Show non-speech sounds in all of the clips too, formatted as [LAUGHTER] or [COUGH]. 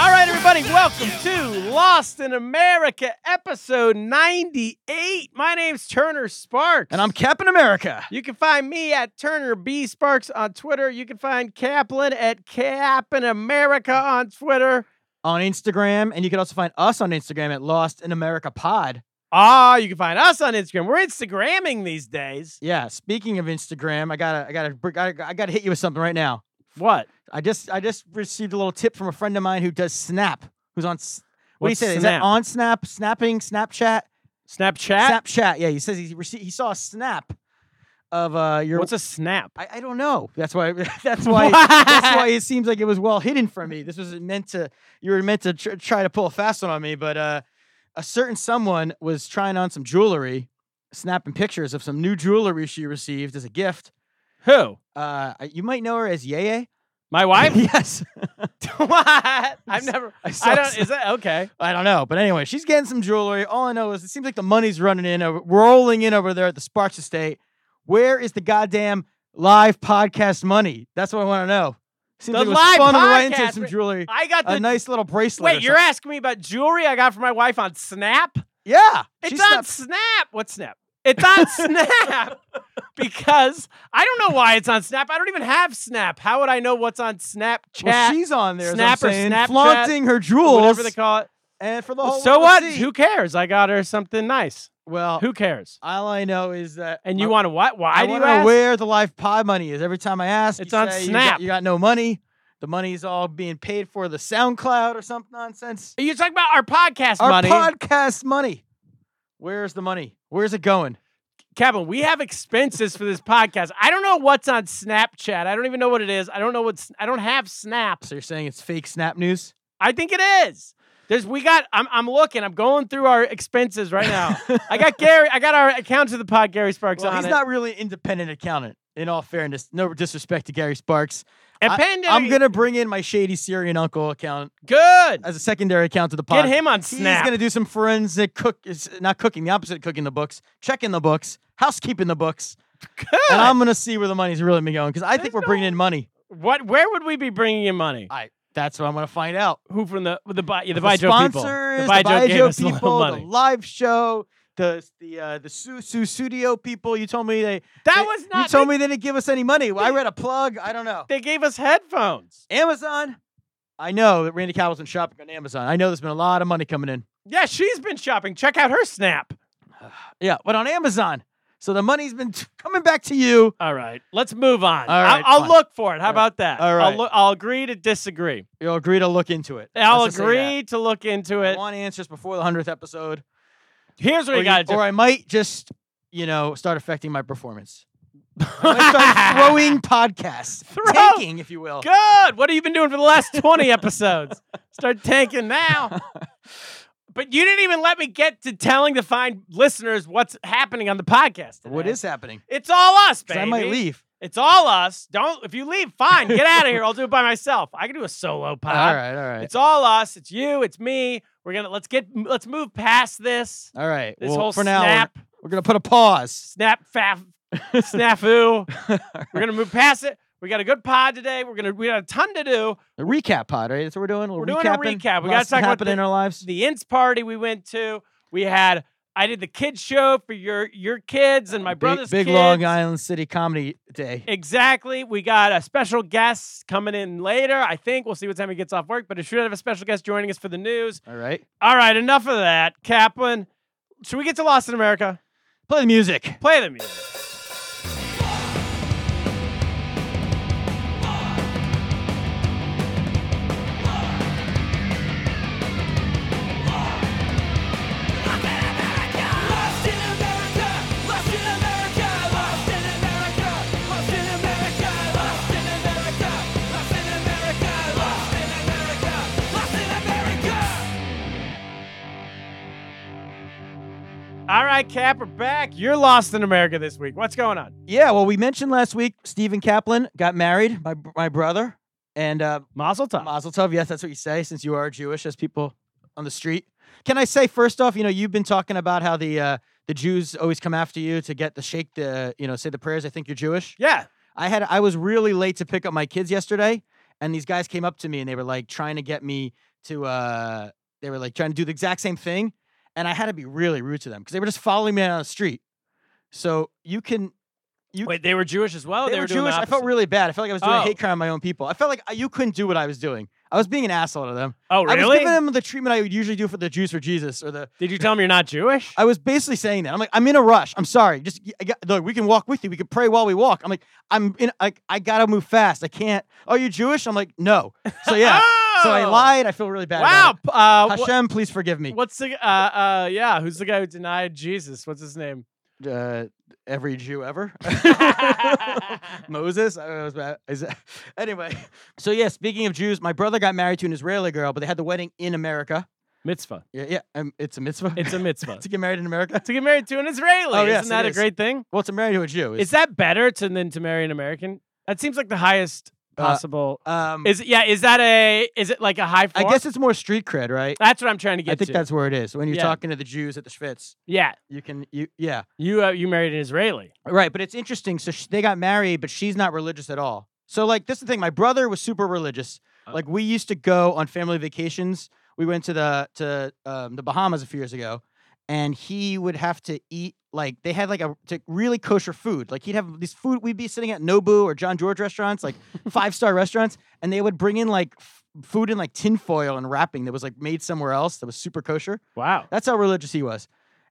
All right, everybody, welcome to Lost in America, episode 98. My name's Turner Sparks. And I'm Captain America. You can find me at Turner B Sparks on Twitter. You can find Kaplan at Captain America on Twitter. On Instagram, and you can also find us on Instagram at Lost in America Pod. Ah, you can find us on Instagram. We're Instagramming these days. Yeah, speaking of Instagram, I gotta, I gotta, br- I gotta, I gotta hit you with something right now. What? I just, I just received a little tip from a friend of mine who does Snap, who's on. s- What do you What's say? Is that Snap? on Snap? Snapping? Snapchat? Snapchat? Snapchat? Yeah, he says he received, he saw a snap of uh your. What's a snap? I, I don't know. That's why. [LAUGHS] That's why. that's why it seems like it was well hidden from me. This was meant to. You were meant to tr- try to pull a fast one on me, but uh, a certain someone was trying on some jewelry, snapping pictures of some new jewelry she received as a gift. Who? Uh, I- you might know her as Yeye. My [LAUGHS] [LAUGHS] wife? yes. what? I've never. I, saw I don't. some- Is that okay? I don't know, but anyway, she's getting some jewelry. All I know is it seems like the money's running in, over, rolling in over there at the Sparks Estate. Where is the goddamn live podcast money? That's what I want to know. Seems The like it was live fun to run podcast- into some jewelry, I got the a nice little bracelet. Wait, you're asking me about jewelry I got from my wife on Snap? yeah. It's she's on Snap. What Snap? It's on [LAUGHS] Snap because I don't know why it's on Snap. I don't even have Snap. How would I know what's on Snapchat? well, she's on there. is what I'm Snap or saying, Snapchat, flaunting her jewels, whatever they call it. and for the whole so world to what? Oh, see. Who cares? I got her something nice. well, Who cares? all I know is that. And you I- want to what? Why I do you wanna know ask? where the live pod money is. Every time I ask, It's you on say You Snap. got, you got no money. The money's all being paid for the SoundCloud or some nonsense. Are you talking about our podcast Our money, podcast money. Where's the money? Where's it going? Kevin? We have expenses for this podcast. I don't know what's on Snapchat. I don't even know what it is. I don't know what's. I don't have Snap. So you're saying it's fake Snap news? I think it is. There's we got I'm I'm looking. I'm going through our expenses right now. I got [LAUGHS] Gary, I got our account to the pod, Gary Sparks Well, on he's it. not really an independent accountant. In all fairness, no disrespect to Gary Sparks. and I- Panda, I'm gonna bring in my shady Syrian uncle account good. as a secondary account to the Get pod. him on He's Snap. gonna do some forensic cook, is- not cooking, the opposite of cooking the books, checking the books, housekeeping the books, good. and I'm gonna see where the money's really been going because I There's think we're bringing in money. what where would we be bringing in money? I that's what I'm gonna find out. Who from the the Bi- yeah, the, the Baijo people. sponsors, Baijo the Baijo gave us a lot of people, money. the live show, the the uh, the Susu Studio people. You told me they that they- was you not told they, me they didn't give us any money. Well, I read a plug. I don't know. they gave us headphones. Amazon. I know that Randy Cow wasn't shopping on Amazon. I know there's been a lot of money coming in. Yeah, she's been shopping. Check out her Snap. Yeah, but on Amazon. So the money's been t- coming back to you. All right, let's move on. All I'll- right, I'll, fine. look for it. How All right. about that? All I'll, right. look, I'll agree to disagree. You'll agree to look into it. I'll Let's just say that. agree to look into I it. want answers before the hundredth episode, Here's what or, we got to you- do. or I might just, you know, start affecting [LAUGHS] my performance. I might start throwing podcasts, Throw- tanking, if you will. Good. What have you been doing for the last 20 episodes? Start tanking [LAUGHS] now. But you didn't even let me get to telling the fine listeners what's happening on the podcast. What today. is happening? It's all us, 'Cause baby. I might leave. It's all us. Don't if you leave, fine. Get out of here. I'll do it by myself. I can do a [LAUGHS] solo pod. all right, all right, It's all us. It's you. It's me. We're gonna let's get let's move past this. all right. This well, whole for now, we're- snap, we're, gonna put a pause. snap, faff, snafu. We're gonna move past it. We got a good pod today. We're gonna we got a ton to do. A recap pod, right? That's what we're doing. We're, We're doing a recapping recap. We gotta lots talk about happened in the- our lives. the ins party we went to. We had I did the kids show for your your kids and my Big- brother's big, kids. Long Island City Comedy Day. Exactly. We got a special guest coming in later. I think we'll see what time he gets off work, but it should have a special guest joining us for the news. All right, All right, enough of that, Kaplan. Should we get to Lost in America? play the music. Play the music. Lost in America, lost in America, lost in America, lost in America, lost in America, All right, Cap, we're back. You're lost in America this week. What's going on? Yeah, well, we mentioned last week Stephen Kaplan got married, my my brother, and uh, Mazel tov. Mazel tov. Yes, that's what you say, since you are Jewish, as people on the street. Can I say first off, you know, you've been talking about how the uh, the Jews always come after you to get the shake the you know say the prayers. I think you're Jewish. yeah. I had I was really late to pick up my kids yesterday, and these guys came up to me and they were like trying to get me to uh they were like trying to do the exact same thing, and I had to be really rude to them because they were just following me on the street. So you can you Wait, they were Jewish as well. Oh, They, were doing the Jewish. I felt opposite? really bad. I felt like I was doing a Oh. hate crime on my own people. I felt like I- you couldn't do what I was doing. I was being an asshole to them. Oh, I was really? giving them the treatment I would usually do for the Jews for Jesus or the. Did you tell them you're not Jewish? I was basically saying that. I'm like, I'm in a rush. I'm sorry. Just I got, look, we can walk with you. We can pray while we walk. I'm like, I'm in. I, I gotta move fast. I can't. Are you Jewish? I'm like, no. [LAUGHS] So yeah. So I Oh! lied. I feel really bad. Wow. about p- Uh, it. wha- Hashem, please forgive me. what's the uh, uh yeah? Who's the guy who denied Jesus? What's his [LAUGHS] name? Uh, every Jew [LAUGHS] ever. [LAUGHS] Moses. I don't know, it was bad. Is that- [LAUGHS] anyway, so yeah. Speaking of Jews, my brother got married to an Israeli girl, but they had the wedding in America. mitzvah. Yeah, yeah. Um, it's a mitzvah. It's [LAUGHS] a mitzvah. to get married in America. to get married to an Israeli. Oh, yes, Isn't that it a is. great thing? Well, to marry to a Jew. Is that better to, than to marry an American? That seems like the highest Uh, possible. um, is it, yeah? Is that a? Is it like a high? I floor? guess it's more street cred, right? that's what I'm trying to get I think to. that's where it is. When you're Yeah. talking to the Jews at the Schwitz, yeah. you can, you, yeah, You uh, you married an Israeli. right. But it's interesting. So sh- they got married, but she's not religious at all. So like, this is the thing. My brother was super religious. Uh. Like we used to go on family vacations. We went to the to um, the Bahamas a few years ago, and he would have to eat like they had like a to really kosher food. Like he'd have these food. We'd be sitting at Nobu or John George restaurants, like five star restaurants, and they would bring in like f- food in like tinfoil and wrapping that was like made somewhere else that was super kosher. Wow. That's how religious he was.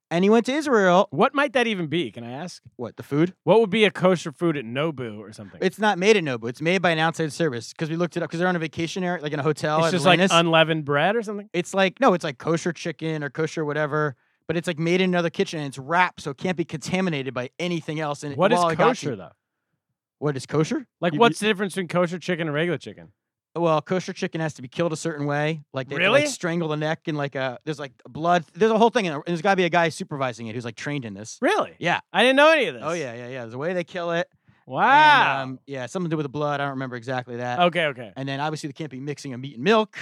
And he went to Israel. What might that even be? Can I ask? What, the food? What would be a kosher food at Nobu or something? It's not made at Nobu. It's made by an outside service because we looked it up because they're on a vacation area, like in a hotel. It's at just Atlantis. like unleavened bread or something. it's like, no, it's like kosher chicken or kosher whatever, but it's like made in another kitchen and it's wrapped so it can't be contaminated by anything else. And What is while it got to kosher you- though? What is kosher? Like, You- what's the difference between kosher chicken and regular chicken? Well, kosher chicken has to be killed a certain way. Like they have to, Really? like strangle the neck and like a, there's like blood. There's a whole thing. in it, And there's got to be a guy supervising it who's like trained in this. Really? Yeah. I didn't know any of this. Oh, yeah, yeah, yeah. There's a way they kill it. Wow. And, um, yeah, something to do with the blood. I don't remember exactly that. okay. Okay. And then obviously they can't be mixing a meat and milk.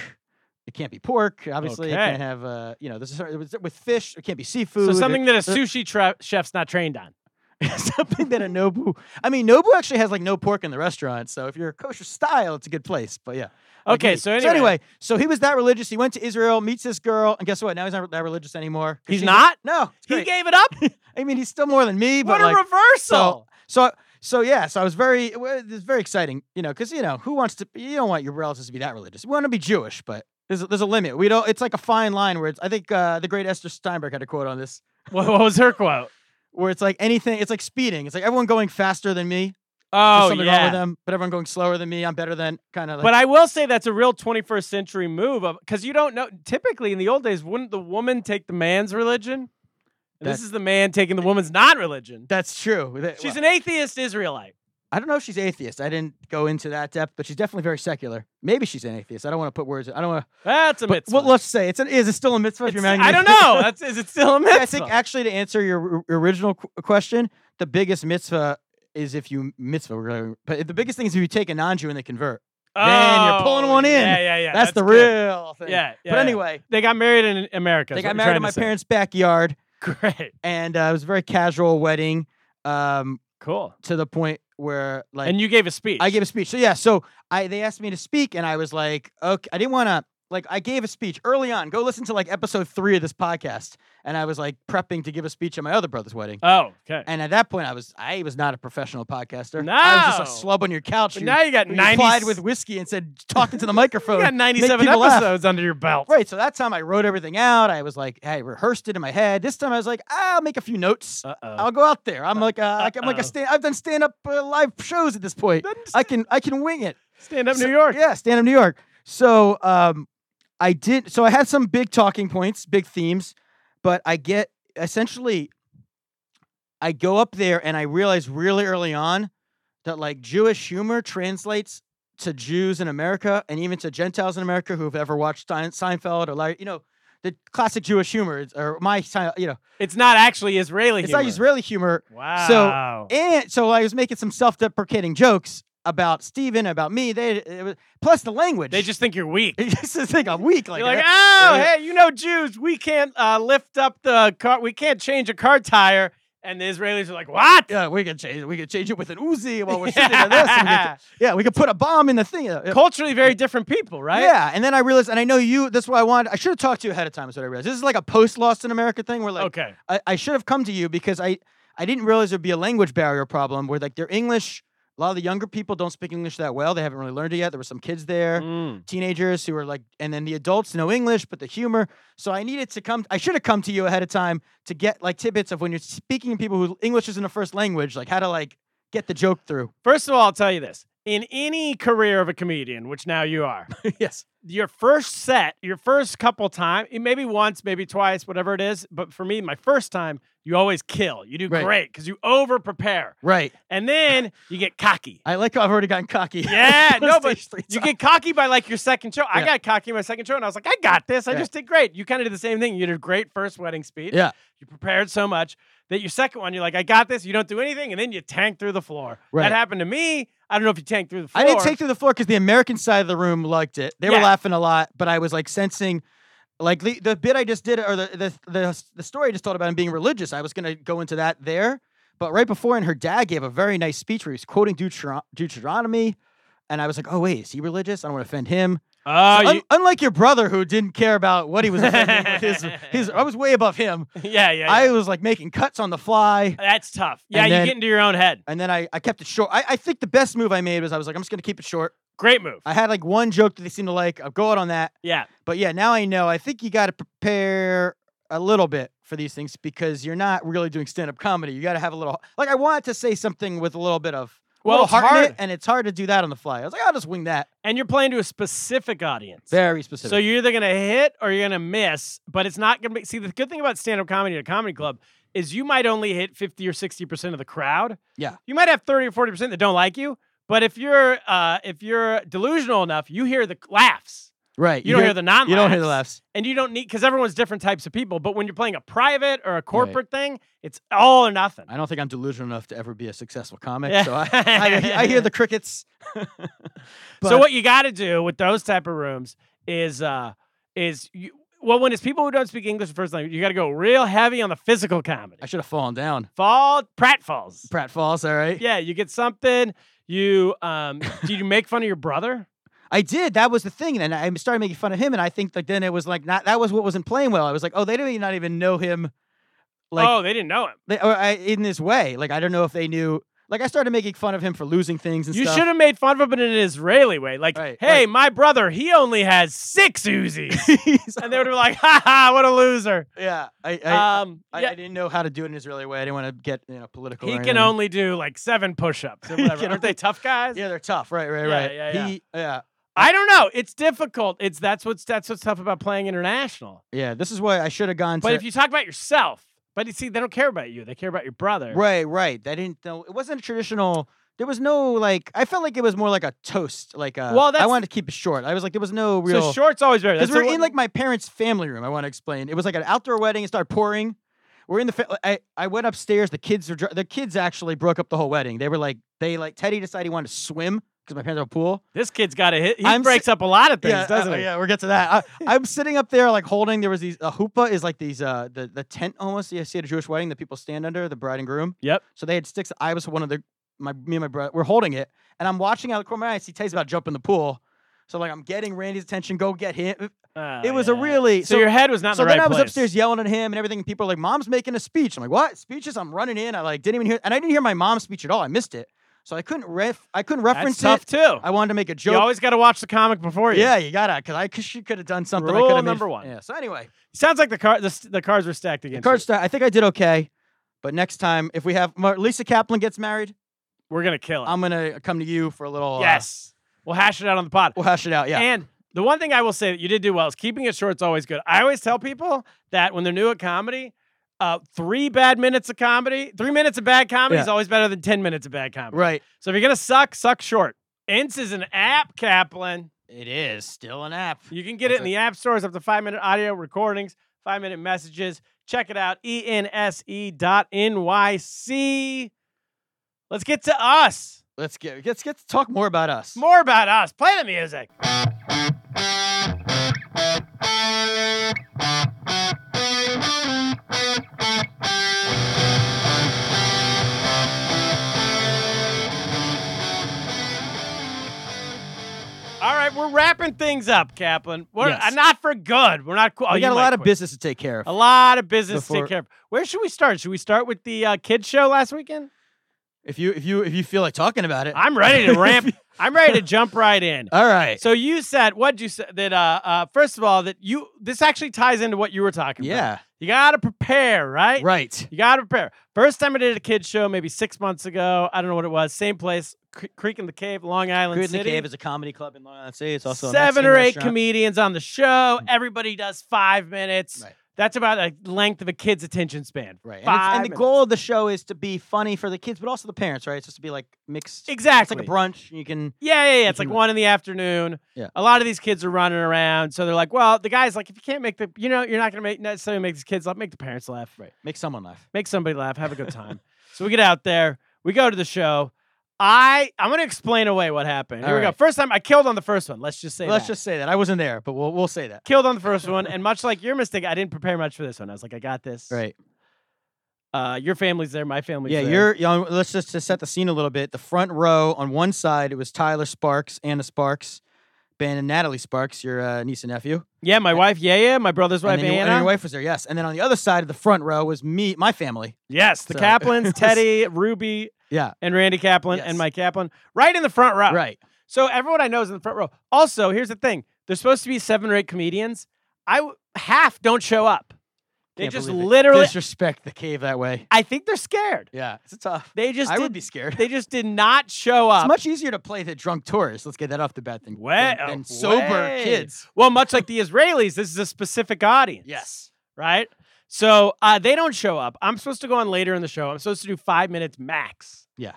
It can't be pork. Obviously, it Okay. can't have uh, you know, this is with- with fish. It can't be seafood. So or something that a so- sushi tra- chef's not trained on. [LAUGHS] something that a Nobu. I mean, Nobu actually has like no pork in the restaurant. So if you're kosher style, it's a good place. But yeah. like Okay, me. so so anyway. anyway, so he was that religious. He went to Israel, meets this girl, and guess what? Now he's not that religious anymore. 'cause He's she's a- not? No, it's He great. gave it up. [LAUGHS] I mean, he's still more than me. what but a like, reversal. so so so yeah so i was very it wa- it was very exciting you know because you know who wants to you don't want your relatives to be that religious we want to be jewish but there's a, there's a limit we don't it's like a fine line where it's i think uh, the great esther steinberg had a quote on this [LAUGHS] what, what was her quote? where it's like anything it's like speeding it's like everyone going faster than me there's Oh something wrong with yeah. them but everyone going slower than me i'm better than kind of like But I will say that's a real 21st century move of because you don't know. Typically, in the old days, wouldn't the woman take the man's religion? And this That- is the man taking the woman's non-religion. that's true That- She's well, an atheist Israelite. i don't know if she's atheist i didn't go into that depth but she's definitely very secular maybe she's an atheist i don't want to put words i don't want to That's a but mitzvah. well, let's say it's an, is it still a mitzvah if It's- you're marrying a I don't mitzvah? know. That's, is it [LAUGHS] still a mitzvah? [LAUGHS] Yeah, I think actually to answer your or- original qu- question, the biggest mitzvah is if you mitzvah. really, But the biggest thing is if you take a non-Jew and they convert. Man, you're pulling Oh, one in. Yeah, yeah, yeah. that's, the good. real thing. Yeah, yeah. but yeah. anyway, they got married in America. they is what got you're married trying in my to say. parents' backyard, Great. and uh, it was a very casual wedding. Um, Cool. to the point where like and you gave a speech. I gave a speech. So yeah, so I they asked me to speak, and I was like, okay, I didn't want to. Like I gave a speech early on. Go listen to like episode three of this podcast, and I was like prepping to give a speech at my other brother's wedding. Oh, okay. And at that point, I was I was not a professional podcaster. I was just a No. slub on your couch. But who- now you got who 90 Applied with whiskey and said talking to the [LAUGHS] microphone. you got make 97 people laugh." episodes under your belt. Right. So that time I wrote everything out. I was like, I rehearsed it in my head. This time I was like, I'll make a few notes. Uh oh. I'll go out there. I'm like, uh, I'm like uh-oh. a stand. I've done stand up uh, live shows at this point. I can I can wing it. Stand up So- New York. Yeah, stand up New York. So um, I did. So I had some big talking points, big themes, but I get essentially, I go up there and I realize really early on that like Jewish humor translates to Jews in America and even to Gentiles in America who have ever watched Stein- Seinfeld or Larry, you know, the classic Jewish humor it's- or my style, you know, It's not actually Israeli. it's humor. not Israeli humor. Wow. And so I was making some self-deprecating jokes about Steven, about me. They it was, plus the language. they just think you're weak. They just think I'm weak. Like, uh, You're like, that. oh, Yeah. hey, you know, Jews, we can't uh, lift up the car. We can't change a car tire. And the Israelis are like, what? yeah, we can change. it. We can change it with an Uzi while we're sitting on this. [LAUGHS] and we [LAUGHS] can- yeah, we can put a bomb in the thing. Yeah. Culturally very different people, right? Yeah, and then I realized, and I know you. That's why I wanted. I should have talked to you ahead of time. Is what I realized. This is like a post Lost in America thing. Where like, okay. I, I should have come to you because I I didn't realize there'd be a language barrier problem where like their English. A lot of the younger people don't speak English that well. They haven't really learned it yet. There were some kids Mm. there, teenagers who were like, and then the adults know English, but the humor. So I needed to come. I should have come to you ahead of time to get like tidbits of when you're speaking to people who English isn't a first language, like how to like get the joke [LAUGHS] through. First of all, I'll tell you this. In any career of a comedian, which now you [LAUGHS] are, yes. your first set, your first couple times, maybe once, maybe twice, whatever it is. But for me, my first time, you always kill. You do Right. great because you over prepare. Right. And then you get cocky. I like. how I've already gotten cocky. [LAUGHS] Yeah, no, but First three you times. get cocky by like your second show. I Yeah. got cocky my second show, and I was like, I got this. I Yeah. just did great. You kind of did the same thing. You did a great first wedding speech. Yeah. you prepared so much that your second one, you're like, I got this. You don't do anything, and then you tank through the floor. Right. That happened to me. I don't know if you tanked through the floor. I didn't take to the floor because the American side of the room liked it. They Yeah. were laughing a lot, but I was like sensing, like the, the bit I just did, or the, the the the story I just told about him being religious. I was gonna go into that there, but right before, and her dad gave a very nice speech where he was quoting Deuteron- Deuteronomy, and I was like, oh wait, is he religious? I don't want to offend him. Oh, So un- you- unlike your brother who didn't care about what he was offending with his his, I was way above him. [LAUGHS] [LAUGHS] yeah, yeah. yeah. I was like making cuts on the fly. That's tough. Yeah, And you then- get into your own head. And then I, I kept it short. I, I think the best move I made was I was like, I'm just going to keep it short. Great move. I had like one joke that they seemed to like. I'll go out on that. yeah. But yeah, now I know. I think you got to prepare a little bit for these things because you're not really doing stand up comedy. You got to have a little. Like I wanted to say something with a little bit of. a Well, little it's heart in hard. it, and it's hard to do that on the fly. I was like, I'll just wing that. And you're playing to a specific audience. Very specific. So you're either gonna hit or you're gonna miss, but it's not gonna be. See, the good thing about stand-up comedy at a comedy club is you might only hit fifty or sixty percent of the crowd. Yeah. you might have thirty or forty percent that don't like you, but if you're uh, if you're delusional enough, you hear the laughs. right. You, don't hear, the non. You don't hear the laughs. and you don't need because everyone's different types of people. But when you're playing a private or a corporate thing, it's all or nothing. I don't think I'm delusional enough to ever be a successful comic. Yeah. So I, I, I hear [LAUGHS] the crickets. so But- what you got to do with those type of rooms is uh is you, well when it's people who don't speak English the first language, you got to go real heavy on the physical comedy. I should have fallen down. Fall pratfalls. Pratt Falls, all right. Yeah, you get something. You [LAUGHS] um did you make fun of your brother? I did. That was the thing. And I started making fun of him. And I think like then it was like not that was what wasn't playing well. I was like, oh, they didn't not even know him. Like oh, they didn't know him. they, or I, in this way. Like I don't know if they knew. Like I started making fun of him for losing things and You stuff. should have made fun of him in an Israeli way. Like, Right, hey, right. my brother, he only has six Uzis. [LAUGHS] He's- and they would have been like, ha ha, what a loser. yeah, I I, um I, I yeah, didn't know how to do it in an Israeli way. I didn't want to get you know political. he or can anything. only do like seven push-ups or [LAUGHS] He whatever. can Aren't they tough guys? Yeah, they're tough. Right, right, Yeah, right. yeah, yeah. He, yeah, I don't know. It's difficult. It's that's what's that's what's tough about playing international. yeah. This is why I should have gone. But to, if you talk about yourself, but you see, they don't care about you. They care about your brother. Right, right. I didn't know. It wasn't a traditional. There was no like. I felt like it was more like a toast. Like a, Well, I that's- wanted to keep it short. I was like, there was no real. So shorts always better. Because That's the we're in one- like my parents' family room. I want to explain. It was like an outdoor wedding. It started pouring. We're in the. Fa- I I went upstairs. The kids are. dr- The kids actually broke up the whole wedding. They were like. They like. Teddy decided he wanted to swim because my parents have a pool. this kid's got a hit. He I'm s- breaks up a lot of things, yeah, doesn't uh, he? yeah. We'll get to that. I, I'm sitting up there like holding. There was these. A hoopah is like these. Uh, the the tent almost. You see at a Jewish wedding that people stand under. The bride and groom. Yep. So they had sticks. I was one of the my me and my brother. We're holding it, and I'm watching out of the corner of my eye. I see Teddy's about to jump in the pool. So like I'm getting Randy's attention. Go get him. Oh, It was a yeah. really So, your head was not in so the then right I was place. upstairs yelling at him and everything. And people are like, "Mom's making a speech." I'm like, "What speeches?" I'm running in. I like didn't even hear, and I didn't hear my mom's speech at all. I missed it, so I couldn't ref. I couldn't That's reference tough it. too. I wanted to make a You joke. always got to watch the comic before you. yeah, you gotta, cause I cause she could have done something. I Rule coulda made number f- one. Yeah. So anyway, Sounds like the car the, s- the cards were stacked the against. card Cards. star. I think I did okay, but next time if we have Mar- Lisa Kaplan gets married, We're gonna kill it. I'm gonna come to you for a little. uh, yes. We'll hash it out on the pod. we'll hash it out. Yeah. And the one thing I will say that you did do well is keeping it short is always good. I always tell people that when they're new at comedy, uh, three bad minutes of comedy, three minutes of bad comedy is Yeah. always better than 10 minutes of bad comedy. right. So if you're going to suck, suck short. Ince is an app, Kaplan. It is still an app. You can get it in the app stores up to five minute audio recordings, five minute messages. Check it out, E ense dot nyc. Let's get to us. Let's get let's get to talk more about us. More about us. Play the music. All right, we're wrapping things up, Kaplan. We're Yes. uh, not for good. We're not. Qu- oh, we you got a might lot of quit. business to take care of. A lot of business to Before- take care of. Where should we start? Should we start with the uh, kids show last [LAUGHS] weekend? If you if you if you feel like talking about it, I'm ready to [LAUGHS] ramp. I'm ready to jump right in. all right. So you said what you said that uh, uh first of all that you this actually ties into what you were talking about. yeah, You got to prepare, [LAUGHS] right? right. You got to prepare. First time I did a kids show maybe 6 months ago, I don't know what it was, same place, C- Creek in the Cave, Long Island Good in the City. Cave is a comedy club in Long Island City. It's also a Seven Mexican or eight restaurant. Mm. comedians on the show. Everybody does 5 minutes. Right. That's about the length of a kid's attention span. Right. And, it's- Five and the minutes. goal of the show is to be funny for the kids, but also the parents, right? It's just to be like mixed. It's Exactly. like a brunch. You can. Yeah, yeah, yeah. It's like can- one in the afternoon. Yeah. A lot of these kids are running around. So they're like, well, the guy's like, if you can't make the, you know, you're not going to make necessarily make these kids laugh, make the parents laugh. Right. Make someone laugh. Make somebody laugh. Have a good time. so we get out there. We go to the show. I, I'm going to explain away what happened. Here All we go. right. First time I killed on the first one. Let's just say Let's that. just say that I wasn't there, but we'll we'll say that. killed on the first one. And much like your mistake, I didn't prepare much for this one. I was like, I got this. Right. Uh, your family's there. My family's Yeah, there. you're. You know, let's just to set the scene a little bit. The front row on one side, it was Tyler Sparks, Anna Sparks, Ben and Natalie Sparks, your uh, niece and nephew. Yeah, my wife, yeah, yeah. My brother's wife, and, then your- and Anna. your wife was there, yes. And then on the other side of the front row was me, my family. yes, the So- [LAUGHS] Kaplans, Teddy, Ruby, Yeah, and Randy Kaplan Yes. and Mike Kaplan right in the front row. right. So everyone I know is in the front row. Also, here's the thing: there's supposed to be seven or eight comedians. I w- half don't show up. They Can't just believe it. literally. disrespect the cave that way. I think they're scared. Yeah, it's tough. They just I did, would be scared. they just did not show up. It's much easier to play the drunk tourist. Let's get that off the bat than, Way- than, than sober way. kids. well, much like the Israelis, this is a specific audience. Right. So uh, they don't show up. I'm supposed to go on later in the show. I'm supposed to do five minutes max. Yeah.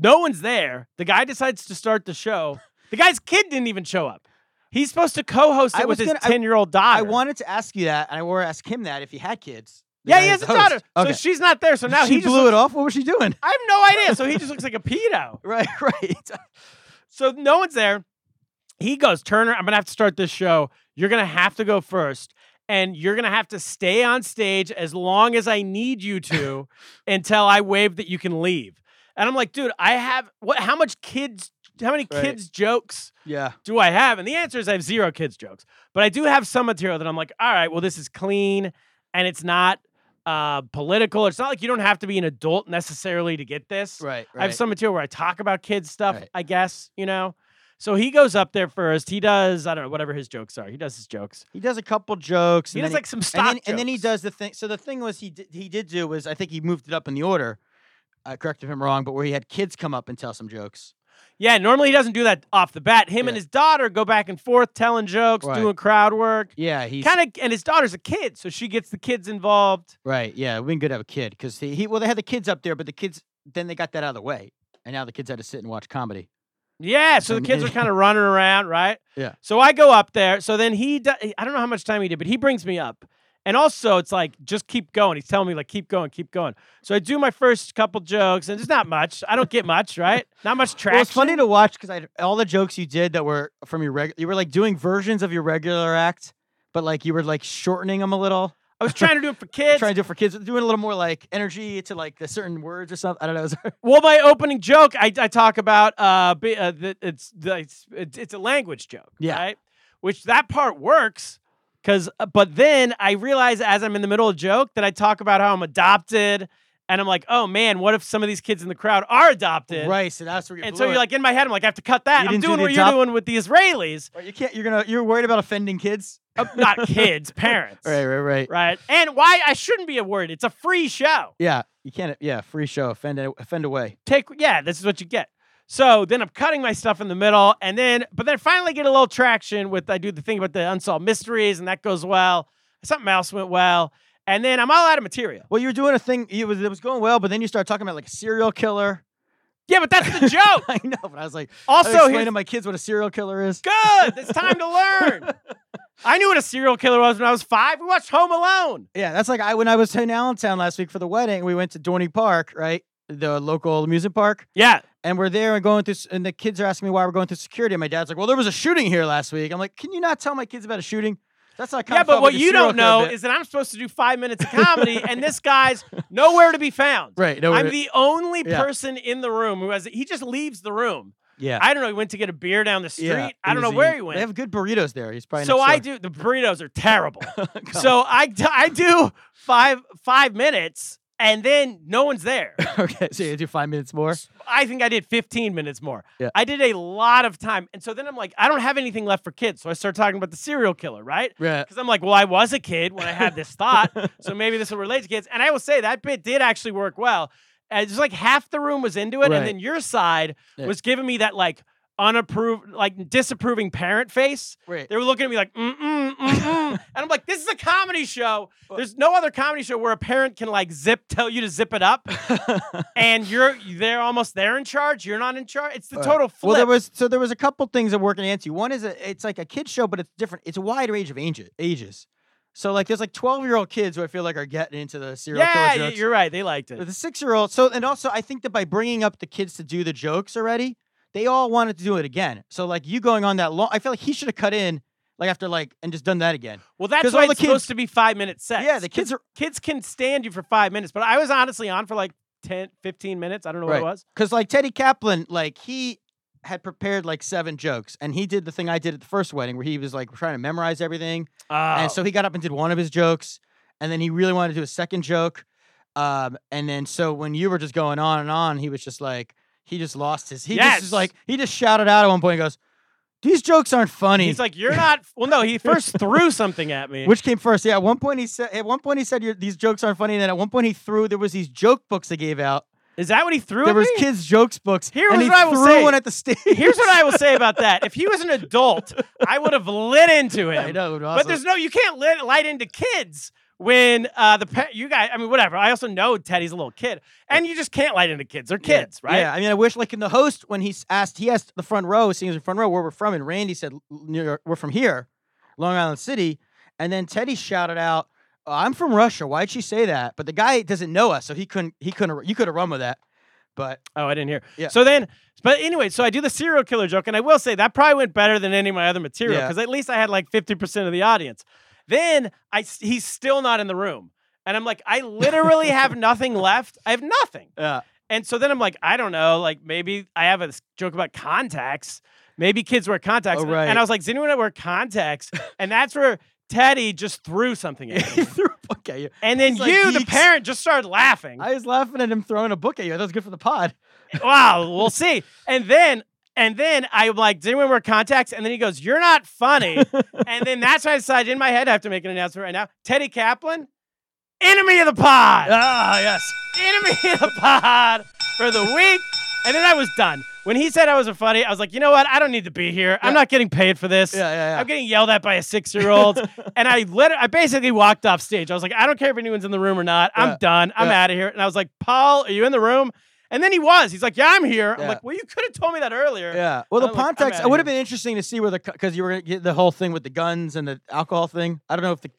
No one's there. The guy decides to start the [LAUGHS] show. The guy's kid didn't even show up. He's supposed to co-host I it with was his gonna- I- ten-year-old daughter. I wanted to ask you that, and I wore ask him that if he had kids. The Yeah, guy he has who's a the host. daughter. So Okay. she's not there. So now she he blew it off. What was [LAUGHS] she doing? I have no idea. So he just looks like a pedo. Right, right. So no one's there. He goes, Turner, I'm gonna have to start this show. You're gonna have to go first. And you're gonna have to stay on stage as long as I need you to until I wave that you can leave. And I'm like, dude, I have what how much kids how many Right. kids jokes [LAUGHS] Yeah. do I have? And the answer is I have zero kids jokes, but I do have some material that I'm like, all right, well, this is clean and it's not uh, political. It's not like you don't have to be an adult necessarily to get this. Right, right. I have some material where I talk about kids stuff, Right. I guess, you know? So he goes up there first. He does, I don't know, whatever his jokes are. He does his jokes. He does a couple jokes. He and does then like some stock and then, and then he jokes. does the thing. So the thing was he did, he did do was I think he moved it up in the order. I correct if I'm wrong, but where he had kids come up and tell some jokes. Yeah, normally he doesn't do that off the bat. Him and Yeah. his daughter go back and forth telling jokes, Right. doing crowd work. Yeah, he's Kind of, and his daughter's a kid, so she gets the kids involved. right. Yeah, we could have a kid because he, he well they had the kids up there, but the kids then they got that out of the way, and now the kids had to sit and watch comedy. Yeah, so the And- kids [LAUGHS] are and- kind of running around, right? Yeah. So I go up there. So then he, do- I don't know how much time he did, but he brings me up, and also it's like just keep going. He's telling me like keep going, keep going. So I do my first couple jokes, and it's not much. I don't get much, right? Not much traction. Well, it's funny to watch because I all the jokes you did that were from your regular you were like doing versions of your regular act, but like you were like shortening them a little, I was trying to do it for kids. [LAUGHS] trying to do it for kids, doing a little more like energy to like the certain words or something. I don't know. [LAUGHS] it was- Well, my opening joke, I, I talk about uh, be, uh the, it's, the, it's it's it's a language joke, Yeah. right? Which that part works, cause uh, but then I realize as I'm in the middle of a joke that I talk about how I'm adopted, and I'm like, oh man, what if some of these kids in the crowd are adopted? Right, so that's where you And blew so you're it. like in my head, I'm like, I have to cut that. You I'm didn't do doing the what adopt- you're doing with the Israelis, Or you can't. You're gonna. You're worried about offending kids. uh, [LAUGHS] not kids, parents, Right, right, right. right? And why I shouldn't be a word. It's a free show. Yeah, you can't. Yeah, free show. Offend. Offend away. take yeah this is what you get so then i'm cutting my stuff in the middle and then but then I finally get a little traction with i do the thing about the unsolved mysteries and that goes well something else went well and then i'm all out of material Well, you were doing a thing. It was. It was going well, but then you start talking about like a serial killer. Yeah, but that's [LAUGHS] the joke. I know, but I was like, I [LAUGHS] Also, explained here's to my kids what a serial killer is. good. It's time to [LAUGHS] learn. I knew what a serial killer was when I was five. We watched Home Alone. Yeah, that's like I when I was in Allentown last week for the wedding. We went to Dorney Park, right, the local amusement park, Yeah. and we're there and going through. s- And the kids are asking me why we're going through security. And my dad's like, "Well, there was a shooting here last week." I'm like, "Can you not tell my kids about a shooting?" That's not. Yeah, but what you don't know is that I'm supposed to do five minutes [LAUGHS] of comedy, and this guy's nowhere to be found. right. No, I'm we're- the only Yeah. person in the room who has. He just leaves the room. yeah. [LAUGHS] I don't know. He went to get a beer down the street. yeah, I don't know easy. where he went. They have good burritos there. He's probably so next I door. do. The burritos are [LAUGHS] terrible. so I I do five five minutes, and then no one's there. [LAUGHS] okay, so you do five minutes more. I think I did 15 minutes more. Yeah. I did a lot of time. And so then I'm like, I don't have anything left for kids. So I start talking about the serial killer, right? Right. Because I'm like, well, I was a kid when I had this [LAUGHS] thought. so maybe this will relate to kids. And I will say that bit did actually work well. And just like half the room was into it. Right. And then your side Yeah. was giving me that like unapproved, like disapproving parent face. Right. They were looking at me like, mm mm, mm [LAUGHS] mm. and I'm like, this is a comedy show. There's no other comedy show where a parent can like zip, tell you to zip it [LAUGHS] up, and you're they're almost they're in charge. You're not in charge. It's the All right. total flip. Well, there was so there was a couple things that work against you. One is a, it's like a kid show, but it's different. It's a wide range of ages. Ages. So like there's like 12 year old kids who I feel like are getting into the serial yeah, killer y- jokes. you're right. They liked But it. the six year old. So and also I think that by bringing up the kids to do the jokes already, they all wanted to do it again. So like you going on that long, I feel like he should have cut in like after like and just done that again. Well, that's 'Cause why all the it's supposed kids- to be five minute sets. Yeah, the kids are kids can stand you for five minutes, but I was honestly on for like 10, 15 minutes. I don't know what Right. it was. Because like Teddy Kaplan, like he had prepared like seven jokes, and he did the thing I did at the first wedding, where he was like trying to memorize everything, Oh. and so he got up and did one of his jokes, and then he really wanted to do a second joke, um, and then so when you were just going on and on, he was just like he just lost his he just Yes. was like he just shouted out at one point and goes, "These jokes aren't funny." he's like, you're not. Well, no, he [LAUGHS] first threw something at me. Which came first? Yeah, at one point he said. At one point he said, "Your- "These jokes aren't funny." And then at one point he threw. There was these joke books they gave out. is that what he threw There at was me? kids' jokes books. Here and was he what I will threw say. one at the [LAUGHS] stage. Here's what I will say about that. If he was an adult, I would have lit into him. [LAUGHS] I know, it was But awesome. there's no, you can't lit, light into kids when uh, the pa- you guys. I mean, whatever. I also know Teddy's a little kid, and you just can't light into kids. They're Yeah, kids, right? Yeah, I mean, I wish like in the host when he s- asked, he asked the front row, seeing as in front row where we're from, and Randy said, "L- New York- "We're from here, Long Island City," and then Teddy shouted out, "Uh, "I'm from Russia. Why'd she say that?" But the guy doesn't know us, so he couldn't. He couldn't. You could have run with that, but Oh, I didn't hear. Yeah. So then, but anyway, so I do the serial killer joke, and I will say that probably went better than any of my other material Yeah. because at least I had like 50% of the audience. Then I s- he's still not in the room. And I'm like, I [LAUGHS] literally have nothing left. I have nothing. yeah, And so then I'm like, I don't know, like maybe I have a s- joke about contacts. Maybe kids wear contacts. Oh, And- right. And I was like, does anyone wear contacts? and that's where Teddy just threw something at [LAUGHS] [LAUGHS] he me. threw a book at you. And then It's like you, the geeks. parent, just started laughing. I was laughing at him throwing a book at you. That was good for the pod. wow, we'll see. And then and then I'm like, did anyone wear contacts? And then he goes, You're not funny. and then that's when I decided in my head I have to make an announcement right now. Teddy Kaplan, enemy of the pod. Ah, yes. enemy of the pod for the week. And then I was done. When he said I was a funny, I was like, you know what? I don't need to be here. I'm Yeah. not getting paid for this. Yeah, yeah, yeah. I'm getting yelled at by a six year [LAUGHS] old. and I lit- I basically walked off stage. I was like, I don't care if anyone's in the room or not. I'm Yeah. done. I'm Yeah. out of here. And I was like, Paul, are you in the room? And then he was. He's like, yeah, I'm here. I'm Yeah. like, well, you could have told me that earlier. Yeah. Well, the I'm like, I'm context. outta it would have here. been interesting to see where the because you were gonna get the whole thing with the guns and the alcohol thing. I don't know if the.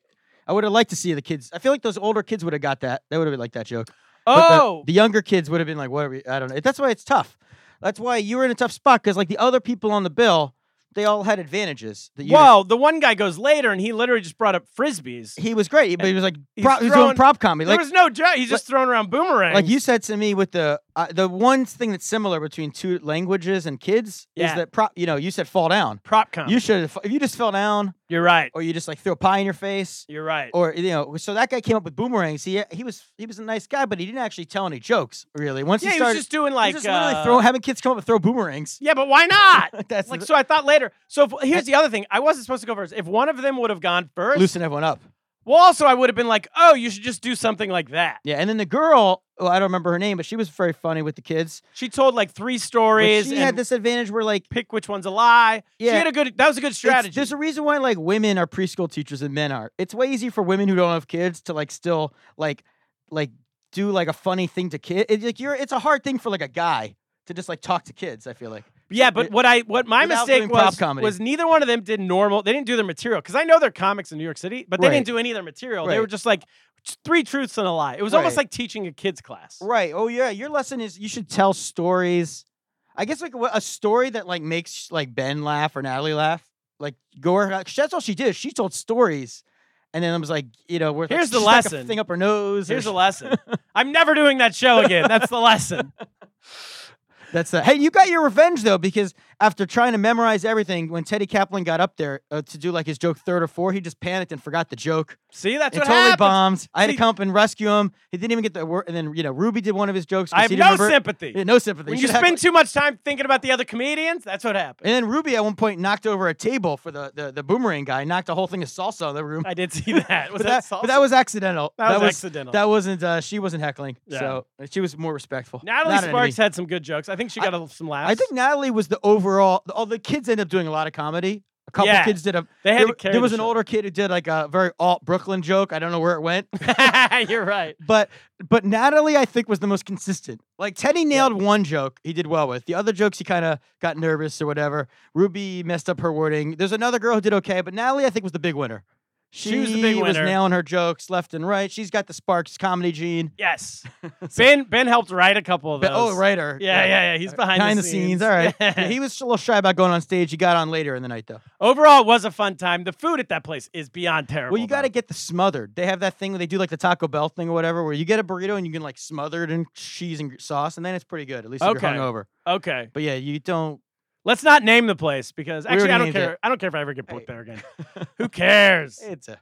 I would have liked to see the kids. I feel like those older kids would have got that. They would have liked that joke. But the- Oh, the, younger kids would have been like, "What are we?" I don't know. That's why it's tough. That's why you were in a tough spot because like the other people on the bill, they all had advantages. That you didn't- well, the one guy goes later and he literally just brought up frisbees. he was great, but he was like, He's prop, he was throwing- doing prop comedy. there Like, was no joke. He's just throwing around boomerangs. like you said to me with the uh, the one thing that's similar between two languages and kids Yeah. is that prop. You know, you said fall down. prop com. You should have. If you just fell down, You're right. or you just like threw a pie in your face, You're right. or Oh, you know. So that guy came up with boomerangs. He he was he was a nice guy, but he didn't actually tell any jokes really. Once yeah, he he started, was just doing he like just literally uh, throw having kids come up and throw boomerangs. [LAUGHS] [LAUGHS] Yeah, but why not? That's like like so I thought later. So if, here's the other thing. I wasn't supposed to go first. If one of them would have gone first, loosen everyone up. well, also I would have been like, oh, you should just do something like that. Yeah, and then the girl, oh, I don't remember her name, but she was very funny with the kids. She told like three but stories she and had this advantage where like. pick which one's a lie. She Yeah. had a good. That was a good it's- strategy. There's a reason why like women are preschool teachers and men are. It's way easier for women who don't have kids to like still like like do like a funny thing to kid. It's like you're it's a hard thing for like a guy to just like talk to kids. I feel like Yeah, but It- what I what my without mistake doing prop was comedy. was neither one of them did normal. They didn't do their material because I know they're comics in New York City, but they Right. didn't do any of their material. They were Right. just like t- three truths and a lie. It was almost Right. like teaching a kids class. right. Oh yeah, your lesson is you should tell stories. I guess like wha- a story that like makes like Ben laugh or Natalie laugh. Like Gore, that's all she did. She told stories, and then I was like, you know, we're like, Here's the she stuck a lesson. thing up her nose. Here's a a lesson. [LAUGHS] I'm never doing that show again. That's the lesson. [LAUGHS] That's uh, hey, you got your revenge though, because after trying to memorize everything, when Teddy Kaplan got up there uh, to do like his joke third or four, he just panicked and forgot the joke. See, that's It what totally happens. bombs. I had to See- come up and rescue him. He didn't even get the word. And then you know, Ruby did one of his jokes. 'cause I have he no didn't remember- sympathy. Yeah, no sympathy. When You you should have, spend like- too much time thinking about the other comedians, that's what happens. and then Ruby at one point knocked over a table for the the, the boomerang guy. Knocked a whole thing of salsa on the room. I did see [LAUGHS] that. Was but that, salsa? but that was accidental. That was accidental. That wasn't. Uh, she wasn't heckling. Yeah. So uh, she was more respectful. Natalie Not an enemy. Sparks had some good jokes. I think she I- got a some laughs. I think Natalie was the overall. All the kids ended up doing a lot of comedy. A couple Yeah. kids did a. They had there, to carry there was the an show. older kid who did like a very alt Brooklyn joke. I don't know where it went, [LAUGHS] You're right. but but Natalie I think was the most consistent. Like Teddy nailed one joke he did well with. The other jokes he kind of got nervous or whatever. Ruby messed up her wording. There's another girl who did okay, but Natalie I think was the big winner. She, She was the big was winner. nailing her jokes left and right. She's got the Sparks comedy gene. [LAUGHS] Yes. Ben Ben helped write a couple of But, those. oh, writer. Yeah, yeah, yeah. He's behind, Behind the, scenes. [LAUGHS] All right. Yeah. Yeah, he was a little shy about going on stage. He got on later in the night, though. Overall, it was a fun time. The food at that place is beyond terrible. Well, you got to though. get the smothered. They have that thing where they do like the Taco Bell thing or whatever, where you get a burrito and you can like smother it in cheese and gr- sauce, and then it's pretty good. At least if Okay. you're hungover. okay. But yeah, you don't. Let's not name the place because We actually, already I don't named it. care. I don't care if I ever get put Hey. there [LAUGHS] again. Who cares? It's a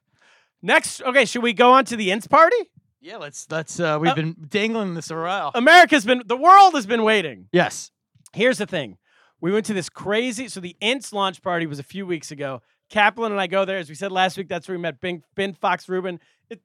Next, okay. Should we go on to the Ints party? yeah. Let's let's. Uh, we've Uh, been dangling this for a while. America's been the world has been waiting. yes. Here's the thing. We went to this crazy. So the Ints launch party was a few weeks ago. Kaplan and I go there. As we said last week, that's where we met Ben, ben Fox Rubin. It,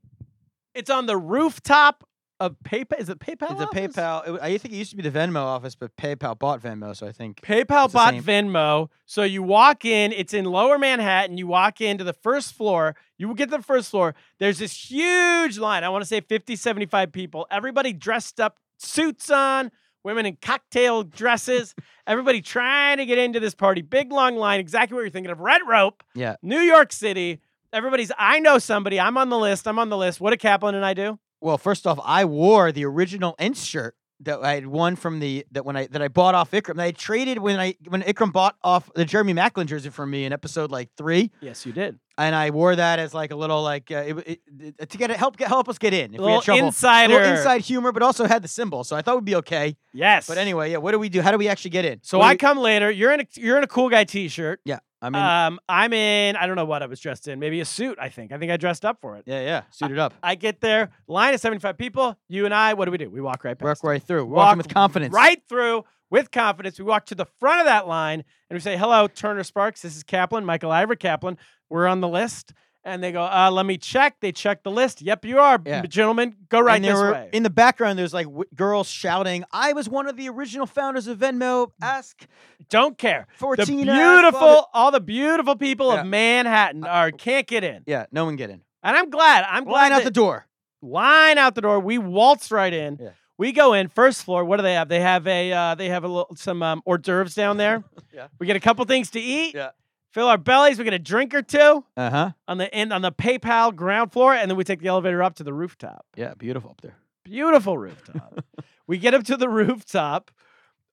it's on the rooftop of PayPal. Is it PayPal? It's a office? PayPal. It, I think it used to be the Venmo office, but PayPal bought Venmo, so I think. PayPal It's the bought same. Venmo. So you walk in, it's in lower Manhattan. You walk into the first floor. You will get to the first floor. There's this huge line. I want to say 50, 75 people. Everybody dressed up, suits on, women in cocktail dresses. Everybody trying to get into this party. Big long line, exactly what you're thinking of. Red rope, Yeah. New York City. Everybody's, I know somebody. I'm on the list. I'm on the list. What did Kaplan and I do? Well, first off, I wore the original Ents shirt that I had won from the that when I that I bought off Ikram. That I traded when I when Ikram bought off the Jeremy Macklin jersey from me in episode like three, Yes, you did. and I wore that as like a little like uh, it, it, it- to get it help get help us get in if we little had trouble. A insider. little inside humor, but also had the symbol, so I thought we'd be okay. Yes. But anyway, yeah. What do we do? How do we actually get in? So What do I we- come later. You're in a you're in a cool guy t-shirt. I mean, um, I'm in. I don't know what I was dressed in. Maybe a suit. I think. I think I dressed up for it. yeah, yeah. Suited up. I get there. Line of 75 people. You and I. What do we do? We walk right past. Work right through. Walking Walk with confidence. Right through with confidence. We walk to the front of that line and we say, "Hello, Turner Sparks. This is Kaplan, Michael Ivor Kaplan. We're on the list." And they go, uh, "Let me check." They check the list. Yep, you are, Yeah. gentlemen. Go right and this there were, way. In the background, there's like w- girls shouting, "I was one of the original founders of Venmo." Ask don't care. Mm. The 14. ask Bob." beautiful, all the beautiful people Yeah. Uh, of Manhattan are can't get in, Yeah, no one get in. and I'm glad. I'm glad Line out that- the door. line out the door. We waltz right in. Yeah. We go in first floor. What do they have? They have a uh, they have a little some um, hors d'oeuvres down there. [LAUGHS] Yeah. We get a couple things to eat. Yeah. Fill our bellies. We get a drink or two Uh huh. on the end on the PayPal ground floor, and then we take the elevator up to the rooftop. Yeah, beautiful up there. Beautiful [LAUGHS] rooftop. we get up to the rooftop,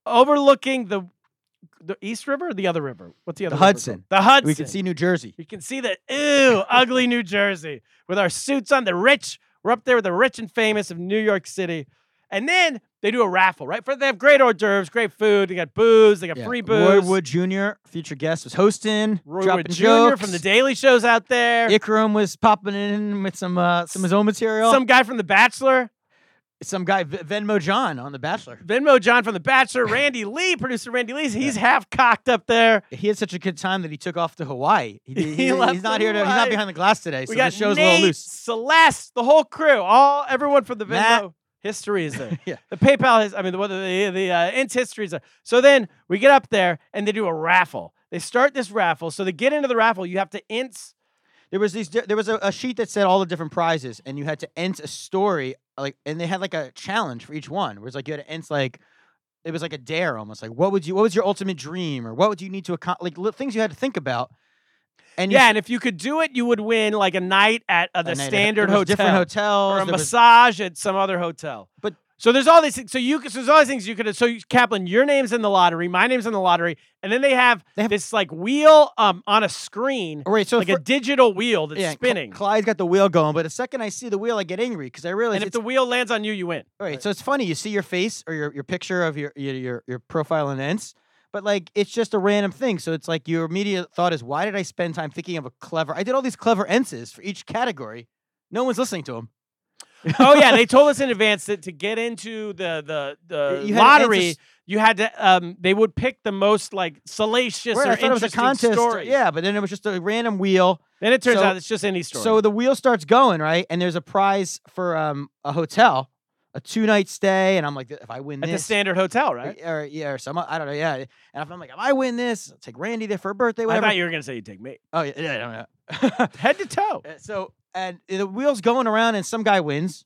overlooking the the East River or the other river. What's the other river called? Hudson. The Hudson. We can see New Jersey. You can see the ew, ugly New Jersey with our suits on. The rich, we're up there with the rich and famous of New York City. And then they do a raffle, right? For they have great hors d'oeuvres, great food. They got booze. They got free booze. Roy Wood Jr., future guest, was hosting. Roy Wood dropping Jr. jokes. from the Daily Show's out there. Ikram was popping in with some uh, some of his own material. Some guy from The Bachelor, some guy v- Venmo John on The Bachelor. Venmo John from The Bachelor, Randy Lee, producer Randy Lee. He's half cocked up there. He had such a good time that he took off to Hawaii. [LAUGHS] He, he- left he's not here. To, he's Hawaii. not behind the glass today, so we the got show's Nate, a little loose. Celeste, the whole crew, all everyone from the Venmo Matt. history is there. [LAUGHS] Yeah. The PayPal is, I mean, the the, the uh, int history is there. So then we get up there and they do a raffle. They start this raffle. So to get into the raffle, you have to ints. There was these. di- There was a, a sheet that said all the different prizes, and you had to ent a story. Like, and they had like a challenge for each one. Where it's like you had to ent like it was like a dare almost. Like what would you? What was your ultimate dream, or what would you need to accomplish? Like li- things you had to think about. And you yeah, and if you could do it, you would win like a night at uh, the and they- standard there was hotel, different hotels, or a there was- massage at some other hotel. But- so there's all these. things. So you could- so there's all these things you could. So you- Kaplan, your name's in the lottery, my name's in the lottery, and then they have, They have- this like wheel um on a screen, All right, so like fir- a digital wheel that's yeah, Cl- spinning. Clyde's got the wheel going, but the second I see the wheel, I get angry because I realize and if it's the wheel lands on you, you [LAUGHS] win. All right, so it's funny. You see your face or your, your picture of your, your your your profile and ends, but like it's just a random thing. So it's like your immediate thought is, why did I spend time thinking of a clever? I did all these clever enses for each category. No one's listening to them. oh yeah, they told us in advance that to get into the the the You had to answer lottery, s- you had to um they would pick the most like salacious Where or I thought it was a interesting contest. uh, story. Yeah, but then it was just a random wheel. Then it turns So- out it's just any story. So the wheel starts going right, and there's a prize for um a hotel, a two night stay, and I'm like, if I win at the this. standard hotel, or- right? Or, yeah, or some I don't know, yeah. And if I'm like, if I win this, I'll take Randy there for a birthday, I whatever. thought you were gonna say you take me oh yeah, yeah, [LAUGHS] I don't know. head to toe. Uh, So and the wheel's going around, and some guy wins,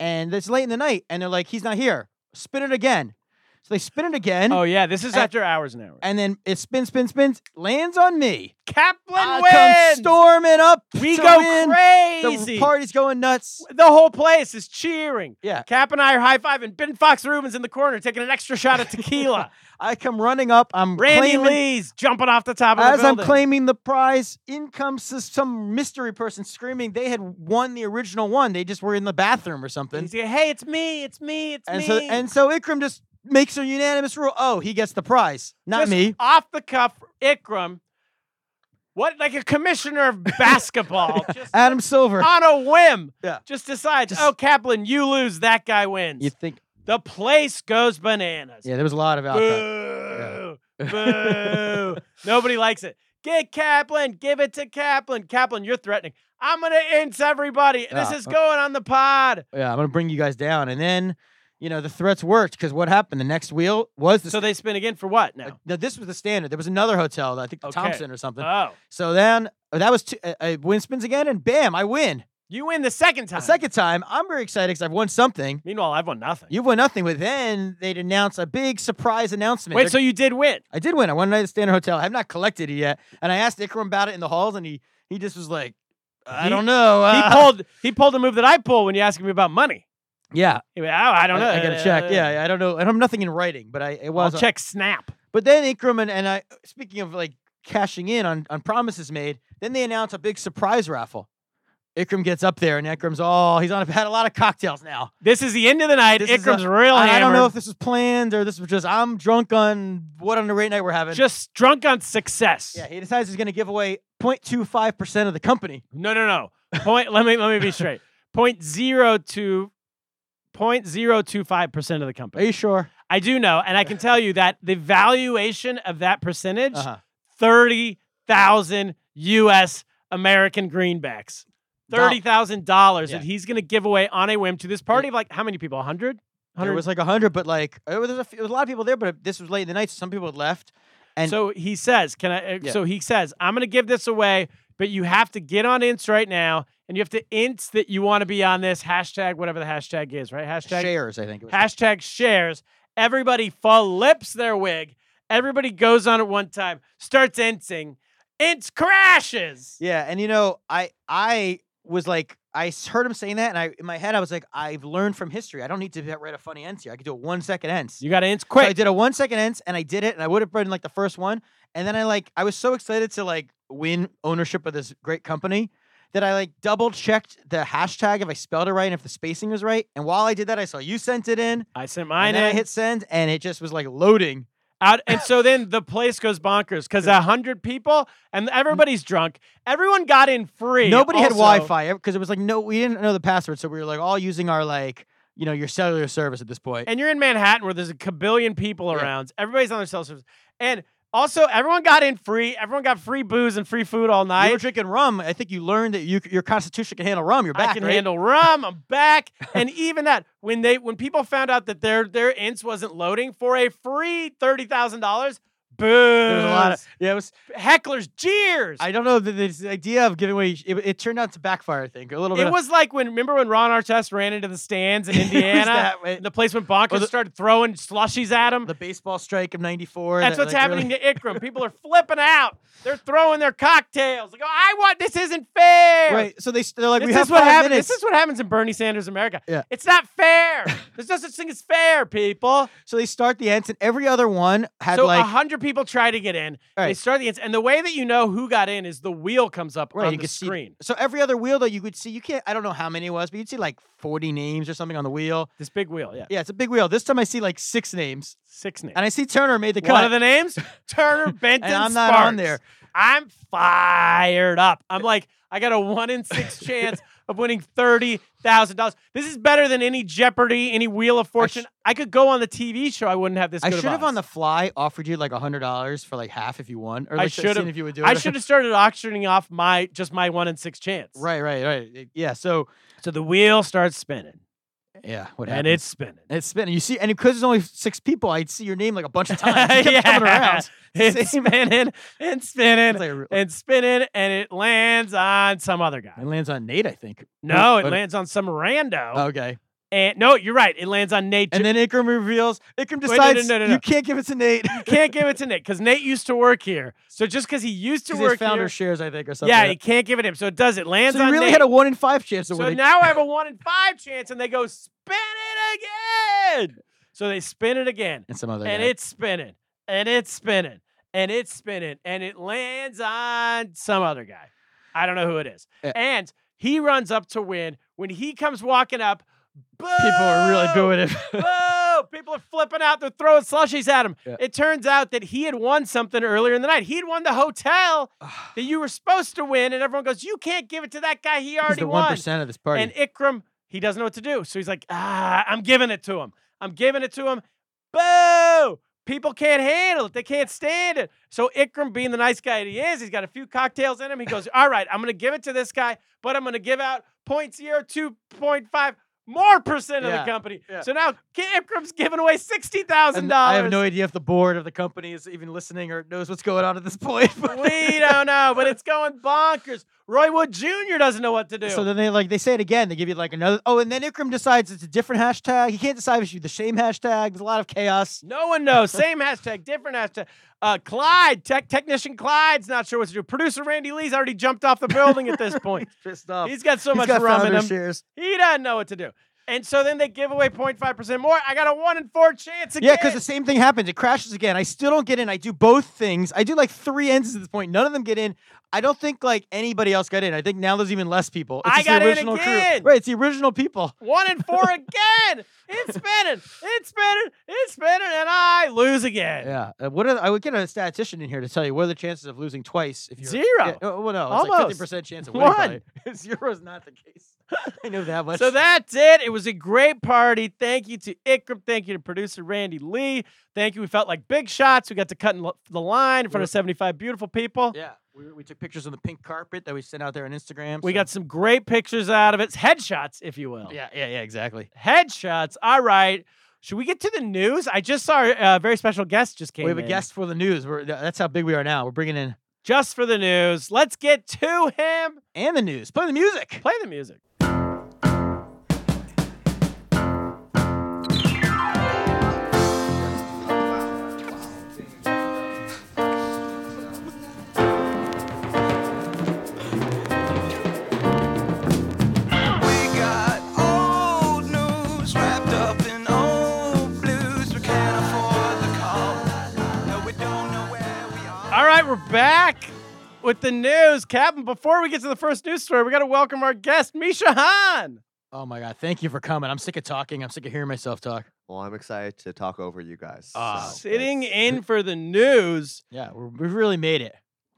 and it's late in the night, and they're like, "He's not here. Spin it again." So they spin it again, Oh yeah, this is and- uh, after hours and hours. and then it spins, spins, spins, lands on me. Kaplan I wins. come storming up. we to go win. crazy. The party's going nuts. the whole place is cheering. Yeah. Cap and I are high fiving. Ben Fox Rubens in the corner taking an extra shot of tequila. I come running up. I'm Randy claiming, Lee's jumping off the top of As the I'm building. claiming the prize, in comes this- some mystery person screaming. They had won the original one. They just were in the bathroom or something. He's like, hey, it's me, it's me, it's And me. so, and so Ikram just makes a unanimous rule. Oh, he gets the prize, not Just me. Off the cuff, Ikram. What like a commissioner [LAUGHS] of basketball just Adam Silver. on a whim. Yeah. Just decides, Just- oh Kaplan, you lose, that guy wins. You think? the place goes bananas. Yeah, there was a lot about that. Boo. [LAUGHS] Boo. Nobody likes it. Get Kaplan, give it to Kaplan. Kaplan, you're threatening. I'm gonna ince everybody. This Yeah. is going on the pod. Yeah, I'm gonna bring you guys down, and then you know the threats worked because what happened? The next wheel was the. So they spin again for what st- now? no, this was the standard. There was another hotel, I think the Okay. Thompson or something. Oh. so then oh, that was two, uh, uh, win spins again, and bam, I win. You win the second time. The second time, I'm very excited because I've won something. Meanwhile, I've won nothing. You've won nothing, but then they'd announce a big surprise announcement. Wait, They're- so you did win? I did win. I won a night at the Standard Hotel. I have not collected it yet, and I asked Ikram about it in the halls, and he he just was like, "I He- don't know." uh, he pulled. He pulled the move that I pull when you ask me about money. Yeah, He went, oh, I don't know. Uh, I, I gotta check. Yeah, yeah, I don't know. I don't have nothing in writing, but I it I'll was. uh, check Snap. But then Ingram and, and I, speaking of like cashing in on on promises made, then they announce a big surprise raffle. Ikram gets up there, and Ikram's all he's on. I've had a [LAUGHS] lot of cocktails now. This is the end of the night. This is a- Ikram's real. I, I don't know hammered, if this was planned or this was just I'm drunk on what on the great night we're having. just drunk on success. yeah, he decides he's going to give away 0.25 percent of the company. No, no, no. Point. let me let me be [LAUGHS] straight. Point zero two. 0.025 percent of the Are company. you sure? I do know, and I can tell you that the valuation of that percentage Uh-huh. thirty thousand U.S. American greenbacks, thirty thousand dollars Yeah. that he's going to give away on a whim to this party of like how many people? Hundred. There was like hundred, but like it was, a, few- there was a lot of people there. But this was late in the night, so some people had left. and- so he says, "Can I?" Uh, Yeah. So he says, "I'm going to give this away, but you have to get on Ints right now, and you have to Ints that you want to be on this hashtag, whatever the hashtag is, right? Hashtag Shares, I think. It was hashtag shares. Everybody flips their wig. Everybody goes on at one time, starts intsing. Ints crashes. Yeah, and you know, I I was like, I s- heard him saying that, and I in my head I was like, I've learned from history. I don't need to be- write a funny ends here. I could do a one second ends. You got to Ints So quick. I did a one second ends, and I did it, and I would have written like the first one, and then I like I was so excited to like win ownership of this great company that I like double checked the hashtag if I spelled it right and if the spacing was right. And while I did that, I saw you sent it in, I sent and mine then I in. hit send, and it just was like loading. out, and so then the place goes bonkers because a hundred people and everybody's drunk. Everyone got in [LAUGHS] free. Nobody had also. Wi-Fi because it was like no, we didn't know the password, so we were like all using our like you know your cellular service at this point. and you're in Manhattan where there's a kabillion people Yeah. around. Everybody's on their cell service. And also, everyone got in free. Everyone got free booze and free food all you night. were drinking rum. I think you learned that you, c- your constitution can handle rum. You're back, I can right? handle rum. I'm [LAUGHS] back. and even that, when they when people found out that their their ints wasn't loading for a free thirty thousand dollars, Boo. There was a lot of yeah. It was. hecklers, jeers. I don't know the, this idea of giving away. It, it turned out to backfire. I think a little bit. it was like when remember when Ron Artest ran into the stands in [LAUGHS] It was Indiana, that way. and the place went bonkers, Or the- started throwing slushies at him. of the baseball strike of '94. That's what's happening to Ikram. People are flipping out. They're throwing their cocktails. Like, oh, I want this. Isn't fair. Right. So they s- they're like, This we have is what five happens. minutes. This is what happens in Bernie Sanders' America. Yeah. It's not [LAUGHS] fair. There's no such thing as fair, people. so they start the ants, and every other one had so a like hundred people try to get in. They Right. start the ins- and the way that you know who got in is the wheel comes up Right, on you the can see- screen. so every other wheel that you could see. You can't. I don't know how many it was, but you'd see like 40 names or something on the wheel. This big wheel, yeah. Yeah, it's a big wheel. This time I see like six names, Six names. and I see Turner made the [LAUGHS] cut. One of the [LAUGHS] names, Turner Benton. I'm not on Sparks. there. I'm fired up. I'm like, I got a one in [LAUGHS] six chance of winning thirty thousand dollars. This is better than any Jeopardy, any Wheel of Fortune. I, could go on the TV show. I wouldn't have this. I good of should have odds. on the fly offered you like hundred dollars for like half if you won, or I like should have- seen if you would do it. [LAUGHS] I should have started auctioning off my just my one in six chance. Right, right, right. Yeah. So So the wheel starts spinning, yeah, what and happened? it's spinning. [LAUGHS] It's spinning. You see, and because there's only six people, I'd see your name like a [LAUGHS] bunch of times. It kept coming around. [LAUGHS] It's Same- spinning and It's spinning like a re- and spinning, and it lands on some other guy. it lands on Nate, I Oh, think. No, Or- it or- lands on some rando. Okay. And no, you're right. It lands on Nate. And then Ikram reveals. Ikram Wait, no, no, decides no, no, no. you can't give it to Nate. [LAUGHS] you [LAUGHS] can't give it to Nate because Nate used to work here. So just because he used to Because his work founder here, shares, I think, or something. yeah, you can't give it him. So it does. It lands so you on really Nate. had a one in five chance of so winning. now I have a one in five chance, and they go spin it again. So they spin it again, and some other. and guy. it's spinning, and it's spinning, and it's spinning, and it lands on some other guy. I don't know who it is. Yeah. And he runs up to win. When he comes walking up, people are really boo! booing it. [LAUGHS] Whoa! People are flipping out. They're throwing slushies at him. Yeah. It turns out that he had won something earlier in the night. He had won the [SIGHS] hotel that you were supposed to win, and everyone goes, "You can't give it to that guy. He He's already the one won." percent of this party. And Ikram, he doesn't know what to do, so he's like, "Ah, I'm giving it to him. I'm giving it to him." Boo! People can't handle it. They can't stand it. So Ikram, being the nice guy that he is, he's got a few cocktails in him. He goes, "All right, I'm going to give it to this guy, but I'm going to give out 0.02.5 more percent of Yeah. the company." Yeah. So now Ikram's giving away sixty thousand And dollars. I have no idea if the board of the company is even listening or knows what's going on at this point. [LAUGHS] but- we don't know, but it's going bonkers. Roy Wood Jr. doesn't know what to do. So then they like they say it again. They give you like another. Oh, and then Ikram decides it's a different hashtag. He can't decide if it's the same hashtag. There's a lot of chaos. No one knows. Same hashtag, different hashtag. Uh, Clyde, tech technician Clyde's not sure what to do. Producer Randy Lee's already jumped off the building at this point. [LAUGHS] Pissed off. He's got so He's much got rum in founder him. shares. He doesn't know what to do. And so then they give away 0.5% more. I got a one in four chance again. Yeah, because the same thing happens. It crashes again. I still don't get in. I do both things. I do like three ends at this point. None of them get in. I don't think like anybody else got in. I think now there's even less people. It's I just got the in original again. crew. Right, it's the original people. one in [LAUGHS] four again. It's spinning. It's spinning. It's spinning. And I lose again. Yeah. Uh, what are, I would get a statistician in here to tell you what are the chances of losing twice if you're Zero. Yeah, oh, well, no, it's Almost. like 50% [LAUGHS] chance of winning. One. probably. Zero is not the case. [LAUGHS] I know that much. [LAUGHS] So that's it. It was a great party. Thank you to Ikram. Thank you to producer Randy Lee. Thank you. We felt like big shots. We got to cut in lo- the line in front of 75 beautiful people. Yeah, we, we took pictures of the pink carpet that we sent out there on Instagram. We so- got some great pictures out of it. Headshots, if you will. Yeah, yeah, yeah, exactly. Headshots. All right. Should we get to the news? I just saw uh, a very special guest just came we have a in. guest for the news. We're, tha- that's how big we are now. We're bringing in just for the news. Let's get to him. and the news. Play the music. Play the music. We got old news wrapped up in old blues. We can't afford the call. No, we don't know where we are. All right, we're back with the news. Captain, before we get to the first news story, we got to welcome our guest, Misha Han. Oh my God! Thank you for coming. I'm sick of talking. I'm sick of hearing myself talk. Well, I'm excited to talk over you guys. Ah. so sitting that's- in for the news. Yeah, we're, we've really made it.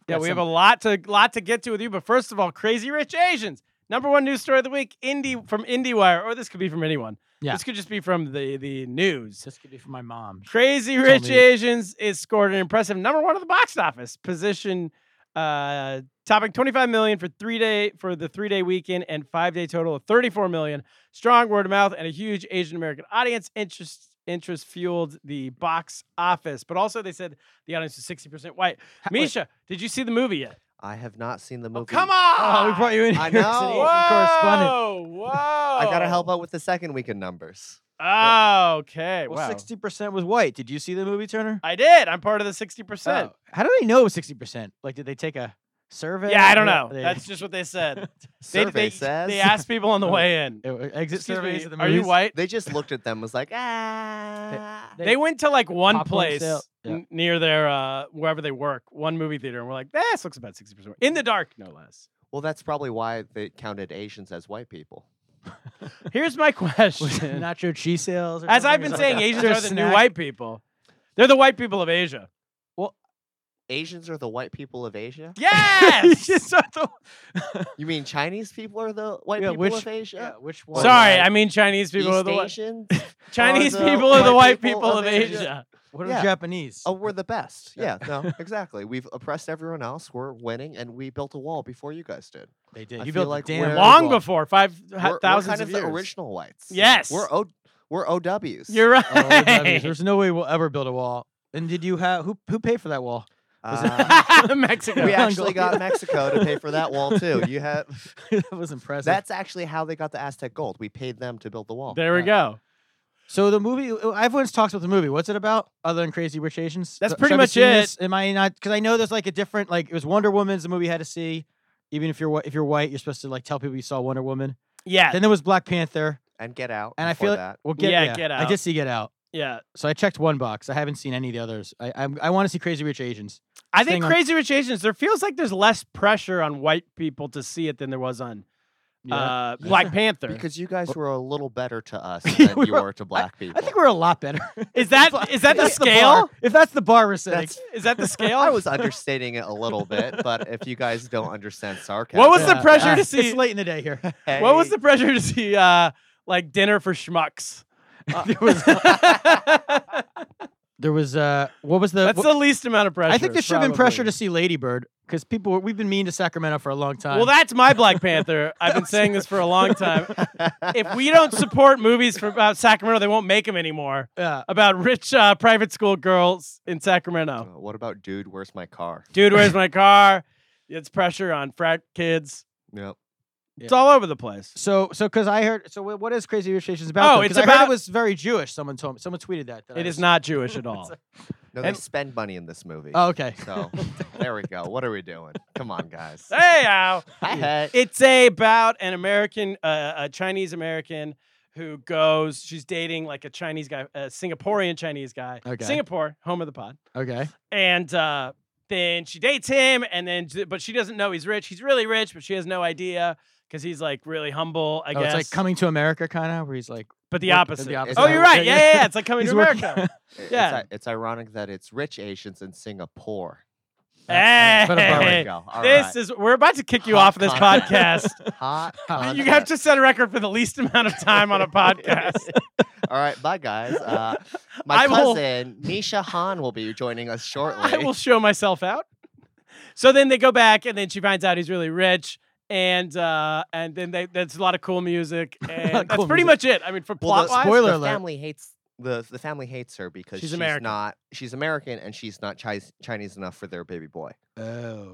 Yeah, Got we have a some- lot to lot to get to with you, but first of all, Crazy Rich Asians. Number one news story of the week, indie from IndieWire, or this could be from anyone. Yeah. This could just be from the the news. This could be for my mom. Crazy Rich me. Asians is scored an impressive number one at the box office position, uh, topping 25 million for three day for the three day weekend and five day total of 34 million. Strong word of mouth and a huge Asian American audience interest interest fueled the box office, but also they said the audience was 60% white. wait. Misha, did you see the movie yet? I have not seen the movie. Come on! Oh, we brought you in. I here as [LAUGHS] know. an Asian correspondent. Whoa! [LAUGHS] Whoa! I I gotta help out with the second weekend numbers. Oh, okay. Well, wow. sixty percent was white. Did you see the movie, Turner? I did. I'm part of the 60%. Oh. How do they know it was sixty percent? Like, did they take a survey? Yeah, I don't know. Or they- [LAUGHS] [LAUGHS] That's just what they said. They, Survey they, says they asked people on the way in. It was exit Excuse surveys me, of the are you movies? white? [LAUGHS] They just looked at them, was like, ah. They, [LAUGHS] went to like one popcorn place sale. Yeah. n- near their uh, wherever they work, one movie theater, and we're like, this looks about sixty percent in the dark, no less. Well, that's probably why they counted Asians as white people. Here's my [LAUGHS] question: [LAUGHS] nacho cheese sales. or As something I've or been something? saying, Asians Is are there the a new snack? white people. They're the white people of Asia. Asians are the white people of Asia. Yes. Just start the- You mean Chinese people are the white Yeah, people which- of yeah, Asia? which [LAUGHS] one? Sorry, like, I mean Chinese people are East the white. [LAUGHS] Asians. Chinese the people are the white white people people of of Asia. Asia. What are Yeah. Japanese? Oh, we're the best. Yeah, [LAUGHS] no, exactly. We've oppressed everyone else. We're winning, and we built a wall before you guys did. they did. I You feel built like like damn we're- wall. Long well. before five We're, we're thousands kind of of, years. the original whites. Yes. we're O. We're OWs. You're [LAUGHS] Oh, Japanese. right. There's no way we'll ever build a wall. And did you have who who paid for that wall? [LAUGHS] was it- [LAUGHS] Uh, [LAUGHS] Mexico. [LAUGHS] we [LAUGHS] Mongolia. actually got Mexico to pay for that wall too. You have. that was [LAUGHS] impressive. That's actually how they got the Aztec gold. We paid them to build the wall. There we go. so the movie. Everyone's talks about the movie. What's it about? Other than Crazy Rich Asians. That's Th- pretty should I be much seeing it. this? Am I not? Because I know there's like a different. Like it was Wonder Woman's the movie you had to see. Even if you're whi- if you're white, you're supposed to like tell people you saw Wonder Woman. Yeah. Then there was Black Panther, And get out. and I before feel like- [LAUGHS] that. well, get, Yeah, Get I Out. did see Get Out. yeah. So I checked one box. I haven't seen any of the others. I I'm, I want to see Crazy Rich Asians. I think thing on- Crazy Rich Asians, there feels like there's less pressure on white people to see it than there was on uh, Black Panther. Because you guys were a little better to [LAUGHS] us We than you were- were to black people. I think we're a lot better. is [LAUGHS] that is that the That's scale? bar. if that's the bar we're setting, That's- is [LAUGHS] that the scale? I [LAUGHS] was understating it a little bit, but if you guys don't understand sarcasm, What was the pressure to [LAUGHS] it's see- late in the day here. what was the hey, pressure to see uh, like dinner for schmucks? [LAUGHS] there [LAUGHS] was there was uh what was the That's wh- the least amount of pressure. I think there should have been pressure to probably. see Ladybird because people were, we've been mean to Sacramento for a long time. Well, that's my [LAUGHS] Black Panther. I've been saying this for a long time. if we don't support movies from about Sacramento, they won't make them anymore. yeah. About rich uh, private school girls in Sacramento. uh, What about dude? Where's my car? Dude, where's my car? It's pressure on frat kids. Yep. It's all over the place. So so because I heard so wh- what is Crazy Rich Asians about? Oh, though? it's 'Cause I heard about- it was very Jewish. Someone told me. Someone tweeted that. that I It is was- not Jewish at all. No, they And- spend money in this movie. [LAUGHS] Oh, okay. [LAUGHS] So there we go. What are we doing? Come on, guys. hey, ow. Hey. It's a, about an American, uh, a Chinese American who goes, she's dating like a Chinese guy, a Singaporean Chinese guy. Okay. Singapore, home of the pod. Okay. And uh, then she dates him, and then, but she doesn't know he's rich. He's really rich, but she has no idea because he's like really humble, I oh, guess. it's like coming to America kind of where he's like but the work- opposite. the opposite. Oh, you're right. Yeah, yeah, yeah. It's like coming he's to working- America. It's Yeah. i- It's, ironic that it's rich Asians in Singapore. That's- all right, There but Hey. we go. All this right. is we're about to kick you Hot off of this content. podcast. [LAUGHS] hot. you content. have to set a record for the least amount of time on a [LAUGHS] podcast. [LAUGHS] All right, bye guys. [LAUGHS] Uh, my I will- cousin Misha Han will be joining us [LAUGHS] shortly. I will show myself out. So then they go back, and then she finds out he's really rich, and uh, and then they, that's a lot of cool music, and that's cool pretty much music. it. I mean, for Well, plot the, wise, spoiler the alert. family hates the the family hates her because She's she's, American. not she's American and she's not Chinese Chinese enough for their baby boy. Oh,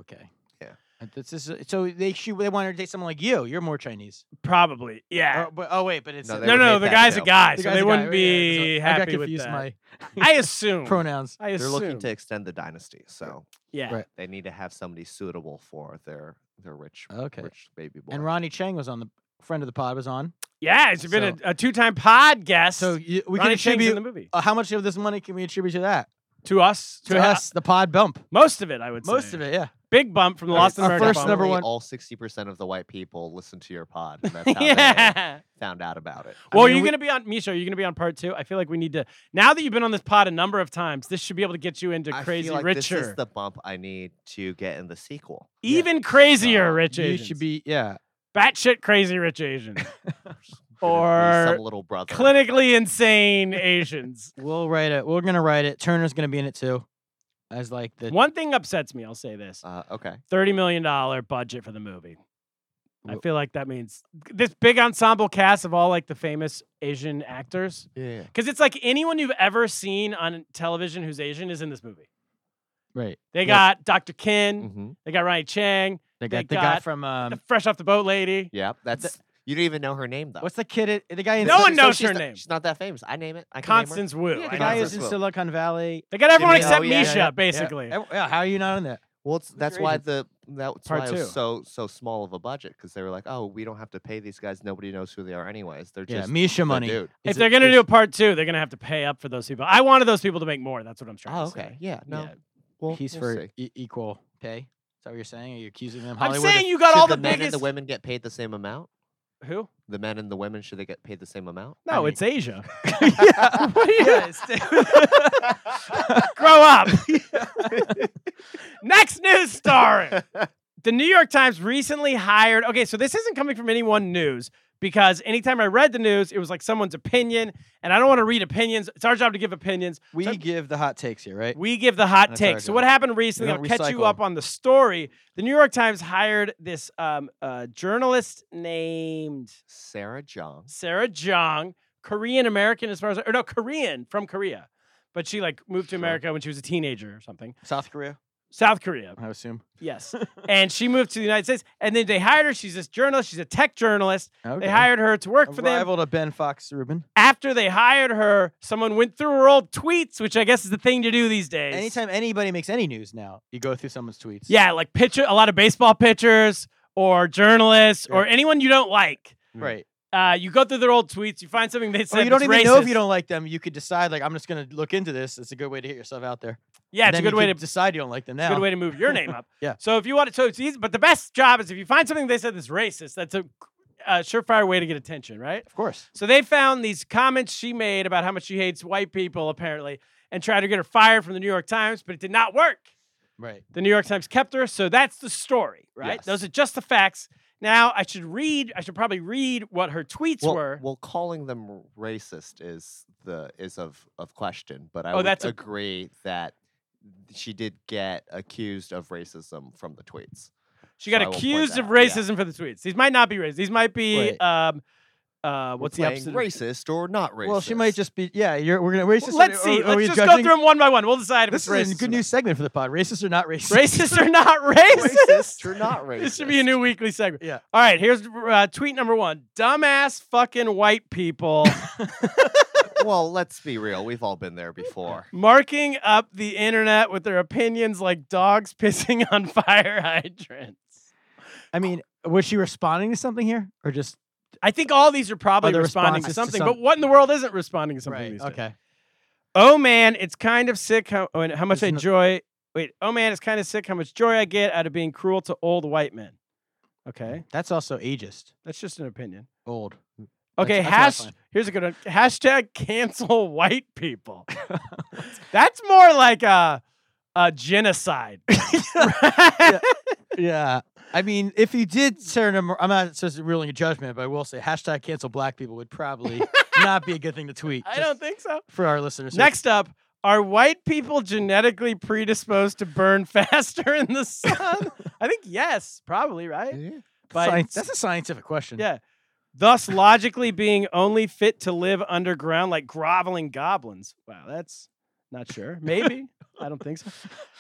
okay. Yeah. Uh, This is so they she they wanted to date someone like you. You're more Chinese. probably, yeah. Oh, but, oh wait, but it's No, uh, they Ah. No, would no, hate the that guy's a too. guy, the so guy's they a guy, wouldn't yeah, be so I got happy with confused that. my I [LAUGHS] assume. pronouns. I They're assume. looking to extend the dynasty, so yeah. Right. they need to have somebody suitable for their their rich Okay. rich baby boy. And Ronnie Chang was on the friend of the pod was on. Yeah, he's been a, a two-time pod guest. So you, we Ronnie can Chang's in the attribute movie uh, how much of this money can we attribute to that? to us, To us, the pod bump. most of it, I would say. Most of it, yeah. Big bump from the All right, Lost in our America. first bump. number apparently one- All sixty percent of the white people listen to your pod, [LAUGHS] and that's how they yeah. found out about it. Well, mean, are you we- going to be on Misha? Are you going to be on part two? I feel like we need to. Now that you've been on this pod a number of times, this should be able to get you into I crazy feel like richer, This is the bump I need to get in the sequel. even crazier So, rich Oh, You Asians. should be, yeah. batshit crazy rich [LAUGHS] Asian There's or some little brother. clinically insane [LAUGHS] Asians. We'll write it. We're gonna write it. Turner's gonna be in it too, as like the One thing upsets me. I'll say this: Uh, okay. thirty million dollar budget for the movie. I Wh- feel like that means this big ensemble cast of all like the famous Asian actors. Yeah. Because it's like anyone you've ever seen on television who's Asian is in this movie. Right. They Yep. got Dr. Kin, Mm-hmm. they got Ronnie Chang, They They got the guy got from um, the fresh off the boat lady. Yeah. That's you don't even know her name though. what's the kid? At, the guy in No Sil- one knows she's her not- name. She's not that famous. I name it. I can name her. Constance Wu. Yeah, I The know guy her. is in Constance Wu. Silicon Valley. they got everyone Jimmy- oh, except yeah, yeah, Misha, yeah. basically. Yeah. Yeah, How are you not on that? Well, it's, that's your why agent? the that's Part why it two. was so so small of a budget because they were like, oh, we don't have to pay these guys. Nobody knows who they are anyways. They're Yeah, just Misha the money. Dude. If Is it- they're gonna is- do a part two, they're gonna have to pay up for those people. I wanted those people to make more. That's what I'm trying Oh, to say. okay. Yeah. No. Yeah, Well, he's we'll for see. e- equal pay. Is that what you're saying? Are you accusing them? I'm Hollywood of- saying you got Should all the, the, men and biggest. the women get paid the same amount. Who? The men and the women should they get paid the same amount? No, mean- it's [LAUGHS] Asia. yeah. yeah, [LAUGHS] Grow up. Next news story. The New York Times recently hired. Okay, so this isn't coming from any one news because anytime I read the news, it was like someone's opinion, and I don't want to read opinions. It's our job to give opinions. we So- give the hot takes here, right? We give the hot That's our take. So what happened recently? I'll don't catch you recycle. up on the story. The New York Times hired this um, uh, journalist named Sarah Jong. Sarah Jong, Korean American, as far as or no Korean from Korea, but she like moved to Sure. America when she was a teenager or something. South Korea, South Korea, I assume. [LAUGHS] yes. and she moved to the United States, and then they hired her. She's this journalist. She's a tech journalist. Okay. They hired her to work a for them. rival to Ben Fox Rubin. After they hired her, someone went through her old tweets, which I guess is the thing to do these days. Anytime anybody makes any news now, you go through someone's tweets. Yeah, like picture a lot of baseball pitchers or journalists or Yeah. anyone you don't like. Right. Uh, you go through their old tweets, you find something they said. Or you don't that's even know if racist. you don't like them. You could decide, like, I'm just going to look into this. It's a good way to get yourself out there. Yeah, And it's a then good you way to could decide you don't like them now. It's a good way to move your name [LAUGHS] up. Yeah. So if you want to, so it's easy. But the best job is if you find something they said that's racist. That's a, a surefire way to get attention, right? Of course. So they found these comments she made about how much she hates white people, apparently, and tried to get her fired from the New York Times, but it did not work. Right. The New York Times kept her. So that's the story, right? Yes. Those are just the facts. Now I should read. I should probably read what her tweets Well, were. well, calling them r- racist is the is of of question, but I Oh, would that's a- agree that she did get accused of racism from the tweets. she got so I won't point accused that of out, yeah. racism for the tweets. These might not be racist. These might be. Right. Um, uh, We're what's the playing opposite? of- Racist or not racist? Well, she might just be. Yeah, you're, we're going to racist. Well, or- let's see. Are, are we Let's just go judging? through them one by one. We'll decide if [LAUGHS] This it's is a racist or good not. new segment for the pod. Racist or not racist? Racist or not [LAUGHS] racist? racist [LAUGHS] or not racist. This should be a new weekly segment. Yeah. All right. Here's uh, tweet number one. Dumbass fucking white [LAUGHS] people well, let's be real. We've all been [LAUGHS] there before. marking up the internet with their opinions like dogs pissing on [LAUGHS] fire hydrants. I mean, was she responding to something here, or just I think all these are probably Other responding to responses to something, some- but what in the world isn't responding to something? These days? Okay. Oh man, it's kind of sick how oh, and how much I Isn't it- enjoy. Wait. Oh man, it's kind of sick how much joy I get out of being cruel to old white men. Okay, That's also ageist. that's just an opinion. Old. Okay, That's- that's hash. what I find. Here's a good one. Hashtag cancel white [LAUGHS] people. that's more like a, a [LAUGHS] genocide. Yeah. I mean, if you did turn them, I'm not just ruling a judgment, but I will say hashtag cancel black people [LAUGHS] would probably not be a good thing to tweet. I just don't think so. For our listeners. here. Next up, are white people genetically predisposed to burn [LAUGHS] faster in the [LAUGHS] sun? I think yes, probably right. By- [LAUGHS] Science, that's a scientific question. Yeah. Thus, logically being only fit to live underground like groveling goblins. Wow, that's not sure. Maybe I don't think so.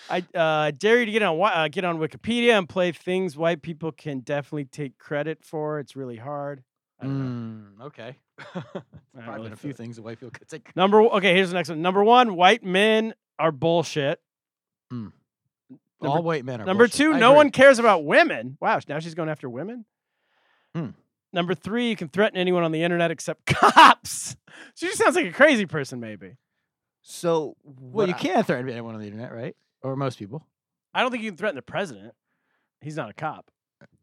I uh, dare you to get on Wi- uh, get on Wikipedia and play things white people can definitely take credit for. It's really hard. [LAUGHS] I don't know. Mm, okay. I don't Probably really been a few feel it. things that white people could take. Number o- okay, here's the next one. Number one, white men are bullshit. Mm. Number, All white men are. number bullshit. two, I no agree. one cares about women. Wow, now she's going after women. Hmm. Number three, you can threaten anyone on the internet except [LAUGHS] cops. She just sounds like a crazy person, maybe. So, Well, [LAUGHS] what you I- can't threaten anyone on the internet, right? Or most people. I don't think you can threaten the president. He's not a cop.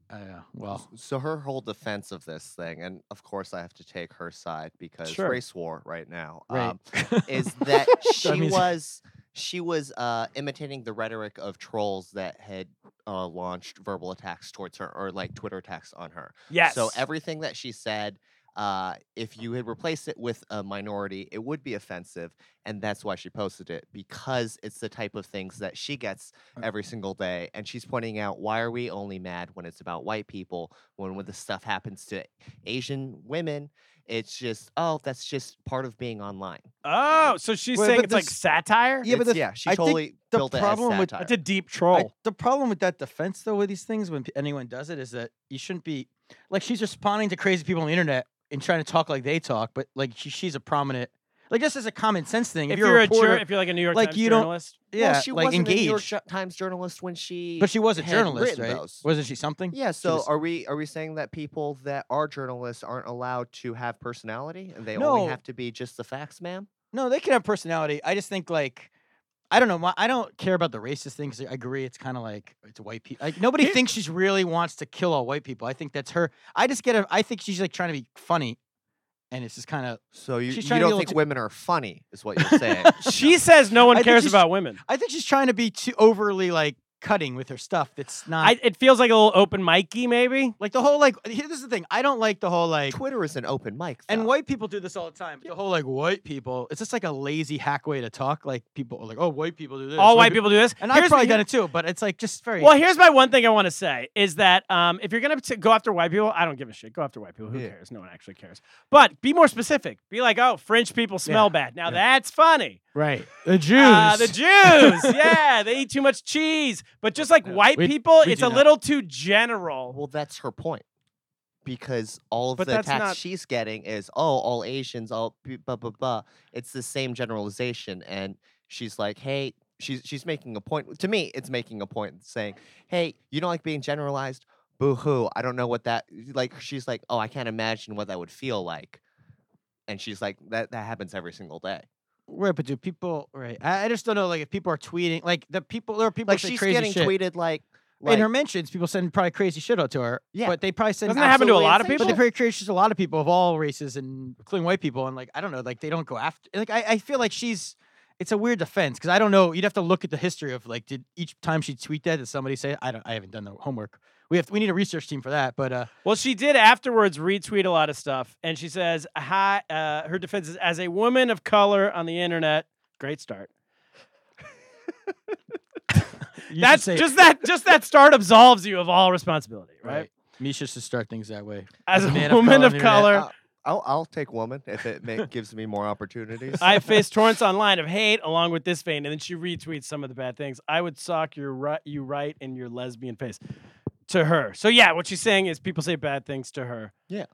I know. Uh, Well, [LAUGHS] So her whole defense of this thing, and of course I have to take her side because Sure. race war right now. right. Um, [LAUGHS] is that So, I she mean- was she was uh, imitating the rhetoric of trolls that had uh, launched verbal attacks towards her or like Twitter attacks on her. Yes. So everything that she said Uh, if you had replaced it with a minority, it would be offensive, and that's why she posted it because it's the type of things that she gets Uh every single day, and she's pointing out why are we only mad when it's about white people when when this stuff happens to Asian women. It's just oh, that's just part of being online. Oh, so she's Well, saying but it's like this- satire? Yeah, but It's- the- yeah, she I think totally the built it problem as with- satire. That's a deep I- troll. the problem with that defense though with these things when p- anyone does it is that you shouldn't be like she's responding to crazy people on the internet and trying to talk like they talk, but like she, she's a prominent like just as a common sense thing. If, if you're, a reporter, jur- if you're like a New York like, Times you don't- [LAUGHS] journalist, yeah, well, she like wasn't a New York engage. Ju- Times journalist when she, But she was a had journalist, written right? those. Wasn't she something? yeah. So was- are we are we saying that people that are journalists aren't allowed to have personality and they No. only have to be just the facts, ma'am? No, they can have personality. I just think like I don't know. My, I don't care about the racist thing because I agree. It's kind of like it's white people. Like nobody Here- thinks she's really wants to kill all white people. I think that's her. I just get. A, I think she's like trying to be funny, and it's just kind of. So you, She's you trying to be don't able think to- women are funny, is what [LAUGHS] you're saying? she says no I one think cares she's- about women. I think she's trying to be too overly like cutting with her stuff. That's not I, it feels like a little open micy, maybe. like the whole like. Here, this is the thing. I don't like the whole like. Twitter is an open mic. And though. white people do this all the time. The whole like white people. It's just like a lazy hack way to talk. Like people are like, oh, white people do this. All white white peo-" people do this. And here's I've probably the, done it too, but it's like just very. Well, here's my one thing I want to say is that um, if you're going to go after white people, I don't give a shit. Go after white people. Who Yeah. cares? No one actually cares. But be more specific. Be like, oh, French people smell bad. Now that's funny. [LAUGHS] right. The Jews. Uh, the [LAUGHS] Jews. yeah, they eat too much cheese. But just like white we- people, we it's do a not. little too general. well, that's her point. Because all of But the that's attacks not- she's getting is, oh, all Asians, all bu- blah, blah, blah. It's the same generalization. And she's like, hey, she's, she's making a point. To me, it's making a point saying, hey, you don't like being generalized? Boo hoo. I don't know what that, like, she's like, oh, I can't imagine what that would feel like. And she's like, that, that happens every single day. Right, but do people? Right, I, I just don't know. Like, if people are tweeting, like the people, there are people Like, that say she's crazy getting shit. tweeted, like, like in her mentions, people send probably crazy shit out to her. Yeah. but they probably send. Doesn't that happen to a absolutely lot of insane But people? they probably create just a lot of people of all races, and including white people. And like, I don't know, like they don't go after. Like, I, I feel like she's. It's a weird defense because I don't know. You'd have to look at the history of like, did each time she tweet that, did somebody say, I don't, I haven't done the homework. We have, we need a research team for that. But uh, Well, she did afterwards retweet a lot of stuff, and she says, "Hi." Uh, her defense is as a woman of color on the internet. Great start. you should That's say, just that. Just that start absolves you of all responsibility, right? right. Misha should start things that way. As, As a man a of woman color of on the color, internet, Ah. I'll, I'll take woman if it ma- gives me more opportunities. [LAUGHS] I faced torrents online of hate along with this vein, and then she retweets some of the bad things. I would sock your right, you right in your lesbian face to her. So yeah, what she's saying is people say bad things to her. Yeah.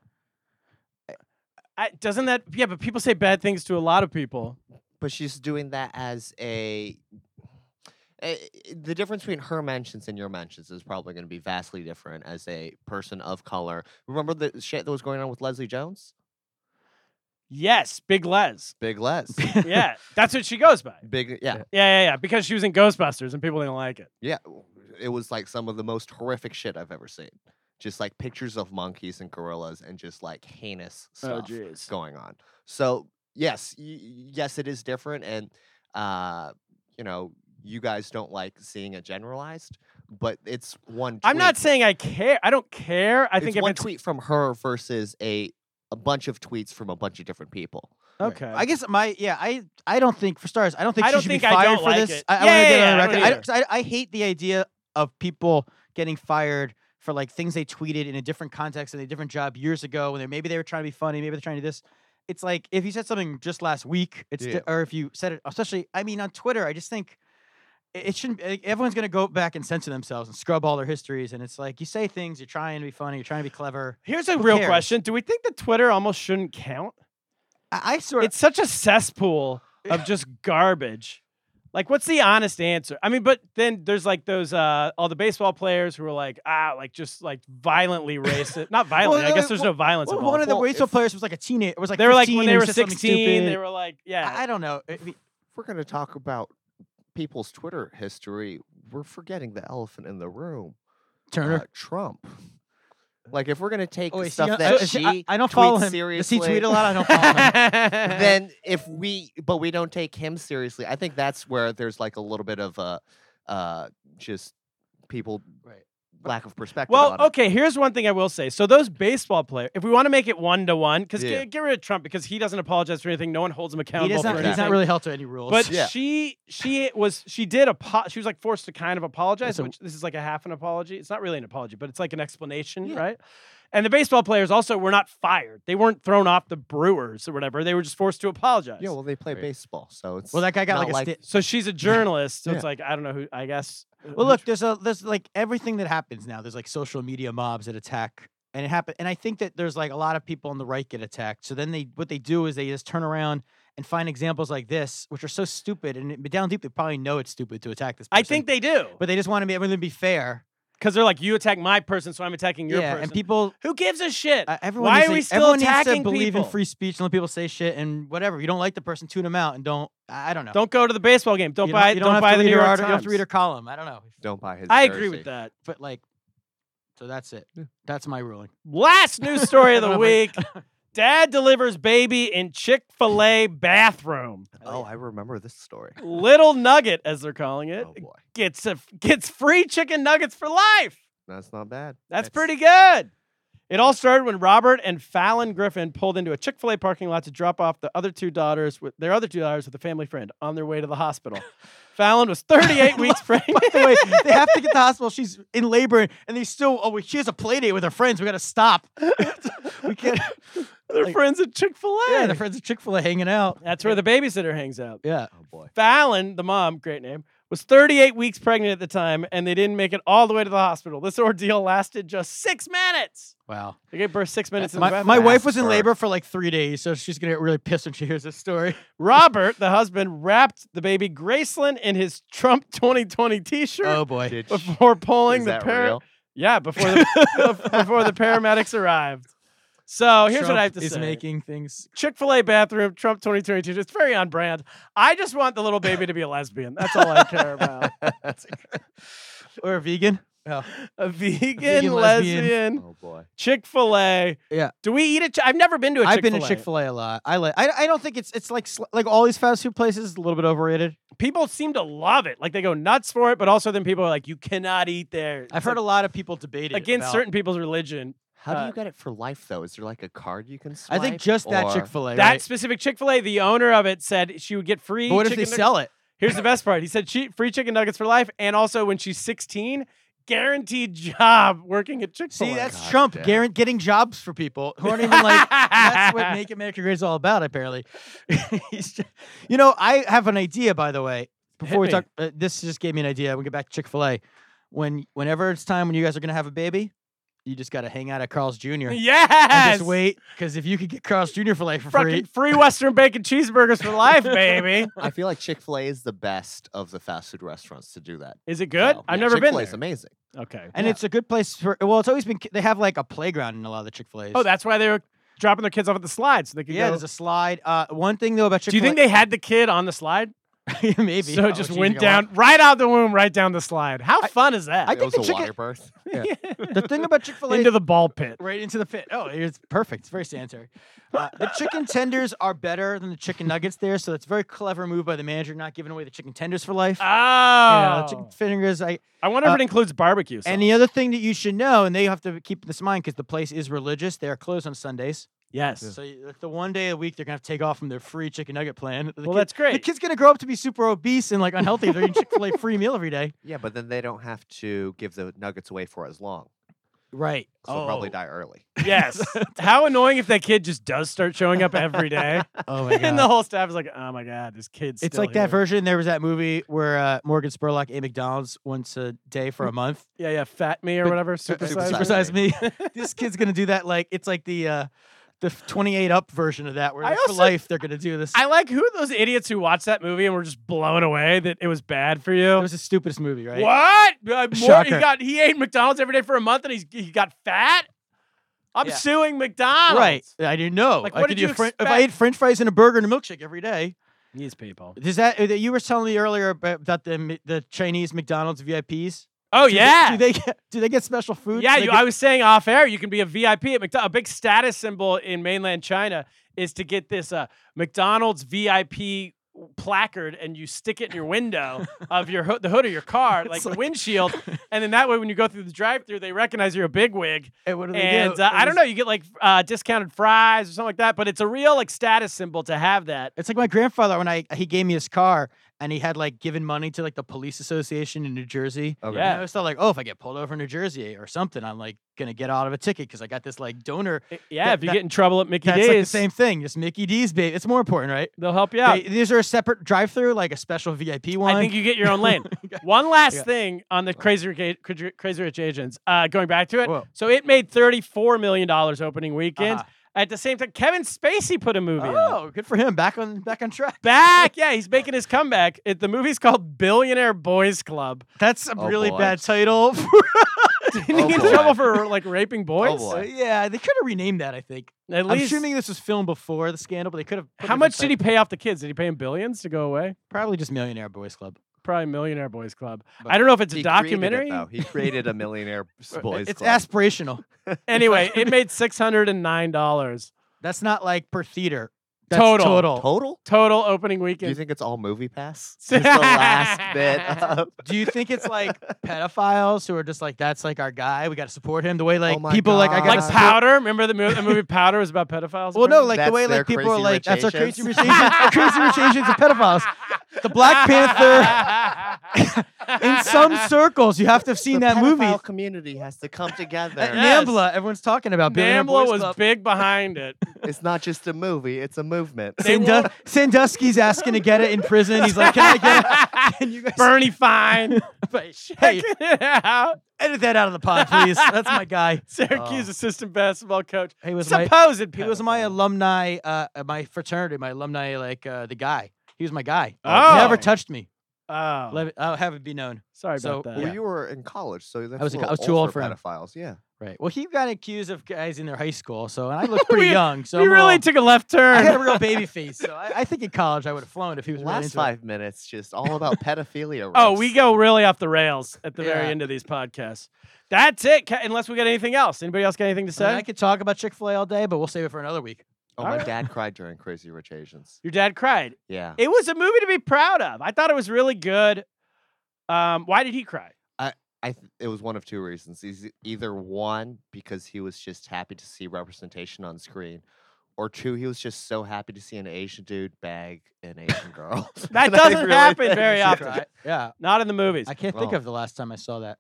I, doesn't that yeah? But people say bad things to a lot of people. but she's doing that as a, a- the difference between her mentions and your mentions is probably going to be vastly different as a person of color. Remember the shit that was going on with Leslie Jones? Yes, Big Les. Big [LAUGHS] Les. Yeah, that's what she goes by. Big yeah. Yeah, yeah, yeah. Because she was in Ghostbusters and people didn't like it. Yeah. w- It was like some of the most horrific shit I've ever seen. Just like pictures of monkeys and gorillas and just like heinous Oh, stuff. jeez. going on. So yes, y- yes, it is different, and uh, you know, you guys don't like seeing it generalized, but it's one. Tweet. I'm not saying I care. I don't care. I It's think if one it's tweet from her versus a a bunch of tweets from a bunch of different people. okay. I guess my yeah, I I don't think for starters, I don't think I she don't should think be I fired don't for like this. it. I, I Yeah, wanna yeah, get yeah, on I record. don't I, either. 'cause I, I hate the idea of people getting fired for like things they tweeted in a different context and a different job years ago when they maybe they were trying to be funny, maybe they're trying to do this. It's like if you said something just last week, it's Yeah. di- or if you said it especially I mean on Twitter, I just think it it shouldn't. like, Everyone's gonna go back and censor themselves and scrub all their histories, and it's like you say things. You're trying to be funny. You're trying to be clever. Here's a who real cares? question: Do we think that Twitter almost shouldn't count? I, I sort of It's such a cesspool of just garbage. Like, what's the honest answer? I mean, but then there's like those uh all the baseball players who are like ah like just like [LAUGHS] violently racist. Not violently. I no, guess there's well- no violence Well, involved. one of the Well, Rachel if- players was like a teenager. It was like they were like 15 when and they he were said something 16. They stupid. were like yeah. I, I don't know. It- it- If we're gonna talk about people's Twitter history, we're forgetting the elephant in the room, uh, Trump. Like if we're gonna take Oh, the is he stuff on- that is he- she I, I don't tweets follow him. Does seriously, he tweet a lot? I [LAUGHS] [LAUGHS] [LAUGHS] don't follow him. then if we but we don't take him seriously i think that's where there's like a little bit of uh uh just people Right. lack of perspective. Well, on it. okay, here's one thing I will say. So those baseball players, if we want to make it one to one, because Yeah. get, rid of Trump because he doesn't apologize for anything. No one holds him accountable He does not, for he's anything. not really held to any rules. But Yeah. she she was she did apo- she was like forced to kind of apologize, That's a- which this is like a half an apology. It's not really an apology, but it's like an explanation, right? And the baseball players also were not fired. They weren't thrown off the Brewers or whatever. They were just forced to apologize. yeah, well, they play baseball, so it's well, that guy got not like a sti- so she's a journalist. So Yeah. it's like I don't know who. I guess. Well, look, there's a there's like everything that happens now. There's like social media mobs that attack, and it happened. And I think that there's like a lot of people on the right get attacked. So then they what they do is they just turn around and find examples like this, which are so stupid. And it- but down deep, they probably know it's stupid to attack this. Person, I think they do but they just want to be everything be fair. because they're like you attack my person, so I'm attacking your yeah, person. and people. Who gives a shit? Uh, everyone Why needs are we to, still everyone needs attacking to believe people? in free speech and let people say shit and whatever. You don't like the person, tune them out and don't. I I don't know. Don't go to the baseball game. Don't you buy. you Don't, have to buy the read New her York arti- You don't have Times. to read her column. I don't know. don't buy his. I agree with jersey. that. But like, so that's it. That's my ruling. Last news story of the I [LAUGHS] don't know week. Dad delivers baby in Chick fil A bathroom. Oh, I remember this story. Little Nugget, as they're calling it, Oh boy, gets a, gets free chicken nuggets for life. that's not bad. That's That's- pretty good. It all started when Robert and Fallon Griffin pulled into a Chick fil A parking lot to drop off the other two daughters with their other two daughters with a family friend on their way to the [LAUGHS] hospital. Fallon was 38 weeks pregnant. By [LAUGHS] the way, they have to get to the hospital. She's in labor, and they still. Oh, she has a play date with her friends. We got to stop. [LAUGHS] we can't. They're like- friends at Chick fil A. Yeah, the friends of Chick Fil A hanging out. That's where the babysitter hangs out. Yeah, Oh boy. Fallon, the mom, great name, was 38 weeks pregnant at the time, and they didn't make it all the way to the hospital. This ordeal lasted just six minutes. wow. They gave birth six minutes in the My, bathroom. my wife was in Fast labor for like three days, so she's gonna get really pissed when she hears [LAUGHS] this story. Robert, the husband, wrapped the baby Graceland in his Trump 2020 T-shirt Oh [LAUGHS] boy. Did she- before pulling is the that par- real? yeah before [LAUGHS] the before the paramedics arrived. So Oh, here's what I have to is say. making things. Chick fil A bathroom, Trump 2022. It's very on brand. I just want the little baby to be a lesbian. That's all I care about. Or a vegan. Oh. A vegan, lesbian, Vegan, lesbian. Oh boy. Chick fil A. Yeah. Do we eat it? I've never been to a Chick I've fil A. been to Chick Fil A a lot. I like. I, I don't think it's it's like sl- like all these fast food places. A little bit overrated. People seem to love it. Like they go nuts for it, but also then people are like, you cannot eat there. I've heard a lot of people debate it against about- certain people's religion. How do Uh, you get it for life though? Is there like a card you can I swipe? think just that or- Chick Fil A. That specific Chick fil A, the owner of it said she would get free. But what if chicken Oh they nug- sell it? [LAUGHS] Here's the best part. He said she, free chicken nuggets for life. And also when she's 16, guaranteed job working at Chick fil A. See, that's God Trump damn. guaran- getting jobs for people who aren't [LAUGHS] even like. that's what Make America Great is all about, apparently. [LAUGHS] He's ju- you know, I have an idea, by the way. Before we me. talk, uh, this just gave me an idea. We get back to Chick Fil A. When, whenever it's time when you guys are gonna have a baby, you just gotta hang out at Carl's [LAUGHS] Jr. And Yes. just wait, because if you could get Carl's Jr. for life for free, Fucking free Western bacon cheeseburgers for life, [LAUGHS] baby. I feel like Chick Fil A is the best of the fast food restaurants to do that. Is it good? So, I've yeah, never Chick-fil-A been is there. amazing. Okay. and yeah. it's a good place for. Well, it's always been. ki- They have like a playground in a lot of the Chick Fil A's. Oh, that's why they were dropping their kids off at the slide so they could yeah. go- There's a slide. Uh, one thing though about Chick Do you Fil A, think they had the kid on the [LAUGHS] slide? they maybe So Oh, it just geez, went you got a lot. down right out the womb, right down the slide. How fun is that? I it think was the a chicken- water birth. The thing about Chick Fil [LAUGHS] A Into the ball pit. [LAUGHS] right into the pit. Oh, it's perfect. It's very sanitary. Uh, the chicken tenders are better than the chicken nuggets there, so that's a very clever move by the manager not giving away the chicken tenders for life. Oh, You know, the chicken fingers. I, I wonder if uh, it includes barbecue. sauce. and the other thing that you should know, and they have to keep this in mind because the place is religious. They are closed on Sundays, yes, so you- that's the one day a week they're gonna have to take off from their free chicken nugget plan. The Well, kid- [LAUGHS] that's The great. kid's gonna grow up to be super obese and like unhealthy. if They're eating Chick Fil [LAUGHS] A free meal every day. Yeah, but then they don't have to give the nuggets away for as long. Right. So they'll Oh. probably die early. [LAUGHS] yes. How annoying if that kid just does start showing up every day, Oh [LAUGHS] my god. and the whole staff is like, "Oh my god, this kid's." It's still like that here." version. There was that movie where uh, Morgan Spurlock ate McDonald's once a day for [LAUGHS] a month. Yeah, yeah, fat me or But- whatever. Super, Supersize Super [LAUGHS] size me. this kid's gonna do that. Like it's like the uh, the 28 up version of that. Where I for also- life they're gonna do this. I like who are those idiots who watched that movie and were just blown away that it was bad for you. it was the stupidest movie, right? What? Uh, more, he Shocker. got he ate McDonald's every day for a month and he's, he got fat. I'm Yeah. suing McDonald's. Right. I didn't know. Like, I what did could do you a fren- if I expect? ate French fries and a burger and a milkshake every day, These people. does that? uh, You were telling me earlier about about the Mi- the Chinese McDonald's VIPs. Oh Do they- yeah. do they get do they get special food? yeah, Do they you, get- I was saying off air, you can be a VIP at McDonald's. A big status symbol in mainland China is to get this uh, McDonald's VIP placard and you stick it in your [LAUGHS] window of your hood, the hood of your car, like the windshield, and then that way when you go through the drive-through, they recognize you're a bigwig. And what do they And do? uh, It I don't was- know, you get like uh, discounted fries or something like that, but it's a real like status symbol to have that. It's like my grandfather when I he gave me his car and he had like given money to like the police association in New Jersey. And Okay. I Yeah. always thought like, oh, if I get pulled over in New Jersey or something, I'm like gonna get out of a ticket because I got this like donor. I- Eh, Yeah, That- if you that- get in trouble at Mickey That's D's, like the same thing. Just Mickey D's, baby. It's more important, right? they'll help you out. They- these are a separate drive-through, like a special VIP one. I think you get [LAUGHS] your own lane. One last Yeah. thing on the Crazy Rich, Cra- Crazy Rich Agents. Uh, going back to it, Whoa. so it made thirty-four million dollars opening weekend. Uh-huh. At the same time, Kevin Spacey put a movie out. Oh, good for him. Back on back [LAUGHS] on track. Back, yeah, he's making his comeback. It, the movie's called Billionaire Boys Club. That's a Oh, really boy. [LAUGHS] bad title. for- Didn't he [LAUGHS] Oh, get boy. in trouble for like raping boys? Oh, boy. yeah, they could have renamed that. I think. At I'm least. assuming this was filmed before the scandal, but they could have. how much did he pay off the kids? Did he pay him billions to go away? Probably just Millionaire Boys Club. Probably Millionaire Boys Club. But I don't know if it's a He created it, documentary. though. He created [LAUGHS] a millionaire boys it's club. aspirational. [LAUGHS] Anyway, it made six hundred and nine dollars That's not like per theater. That's Total. total. Total? total opening Do you weekend. think it's all [LAUGHS] movie pass? Just the last bit. of- Do you think it's like pedophiles who are just like that's like our guy? We got to support him the way like my people like I God. got like Uh, powder. Remember the movie, the movie Powder was about pedophiles. Well, no, like the That's way their like people are Crazy like Rich that's our Asians? crazy rich Asians, our crazy rich Asians and pedophiles. The Black Panther. [LAUGHS] In some circles, you have to have seen the that movie. pedophile community has to come together. At Yes. Nambla, everyone's talking about. [LAUGHS] Billionaire Nambla Boys was Club. big behind [LAUGHS] it. It's not just a movie; it's a movement. They Sandu- won't- Sandusky's asking to get it in prison. He's like, "Can I get it? [LAUGHS] Can you guys [LAUGHS] Bernie Fine. But Check [LAUGHS] [LAUGHS] hey, it out. edit that out of the pod, please. That's my guy. [LAUGHS] Oh. Syracuse assistant basketball coach. He was my Supposed he was my alumni, uh, uh, my fraternity, my alumni, like uh, the guy. He was my guy. Oh. never touched me. Oh, Let it, I'll have it be known. sorry so- about that. Well, Yeah. you were in college, so that's was a in co- little I was too old for for him. pedophiles. Yeah, Right. Well, he got accused of guys in their high school, so and I [LAUGHS] looked pretty We- young. So we I'm a really little- took a left I had a turn. real baby face. So I, I think in college I would have flown if he was really last into it. five minutes just all about pedophilia. Oh, riffs. we go really off the rails at the very Yeah. end of these podcasts. That's it. Ca- Unless we got anything else. Anybody else got anything to I, say? mean, I could talk about Chick Fil A all day, but we'll save it for another week. Oh, [LAUGHS] my dad cried during Crazy Rich Asians. Your dad cried. Yeah, It was a movie to be proud of. I thought it was really good. Um, why did he [LAUGHS] cry? I th- it was one of two reasons. He's either one because he was just happy to see representation on screen, or two, he was just so happy to see an Asian dude bag an Asian girl. [LAUGHS] [LAUGHS] That And I doesn't really happen think very he often. cried. Yeah. Not in the movies. I can't think Oh. of the last time I saw that.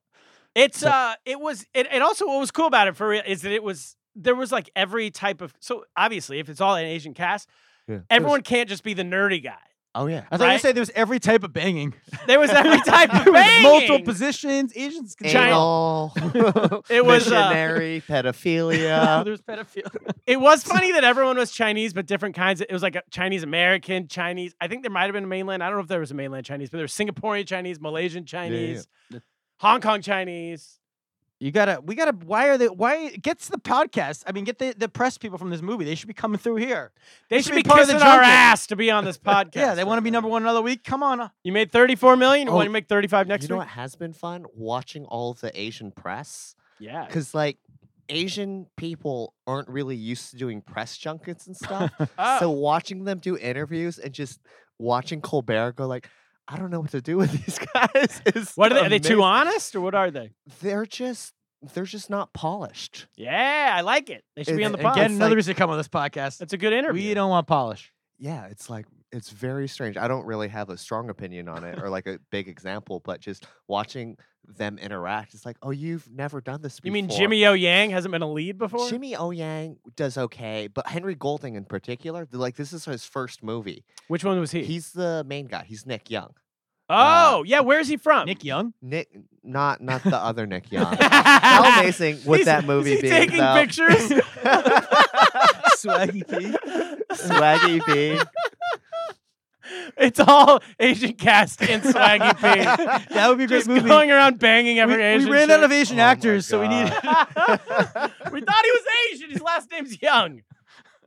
It's uh, it was, it, and also what was cool about it for real is that it was there was like every type of. So obviously, if it's all an Asian cast, Yeah. everyone can't just be the nerdy guy. Oh yeah. I thought you Right? said there was every type of banging. There [LAUGHS] was every type There of was multiple banging. positions. Asians can China- [LAUGHS] Anal. [LAUGHS] It was, uh, missionary pedophilia. There's pedophilia. It was funny that everyone was Chinese, but different kinds. It was like a Chinese American, Chinese. I think there might have been a mainland. I don't know if there was a mainland Chinese, but there was Singaporean Chinese, Malaysian Chinese, Hong Kong Chinese. You gotta, we gotta. Why are they? Why gets the podcast? I mean, get the, the press people from this movie. They should be coming through here. They They should should be be part of the kissing our junket. ass to be on [LAUGHS] this podcast. Yeah, they want to be number one another week. Come on, uh, You made 34 million. You Oh, want to make 35 [LAUGHS] next you know week? what has been fun? Watching all of the Asian press. [LAUGHS] Yeah. Because like Asian people aren't really used to doing press junkets and stuff. So Oh, watching them do interviews and just watching Colbert go like, I don't know what to do with these [LAUGHS] guys. Is what are they? Are they too amazing. honest or what are they? They're just they're just not polished. Yeah, I like it. They should be on It's- the and podcast. again, it's another like- reason to come on this podcast. That's a good interview. We don't want polish. Yeah, it's like it's very strange. I don't really have a strong opinion on it or like a big example, but just watching them interact, it's like, oh, you've never done this you mean before." Jimmy O Yang hasn't been a lead before? Jimmy O Yang does okay, but Henry Golding in particular, th- like this is his first movie. Which one was he? He's the main guy. He's Nick Young. oh, yeah. Where is he from? [LAUGHS] Nick Young. Nick, not not the other Nick Young. [LAUGHS] How amazing would He's- that movie is he be? taking though? pictures? [LAUGHS] Swaggy P. Swaggy B. It's all Asian cast and Swaggy P. [LAUGHS] That would be a great Just movie. going around banging we, every we Asian. ran out of Asian Oh my actors, so we need. [LAUGHS] God. we thought he was Asian. His last name's Young.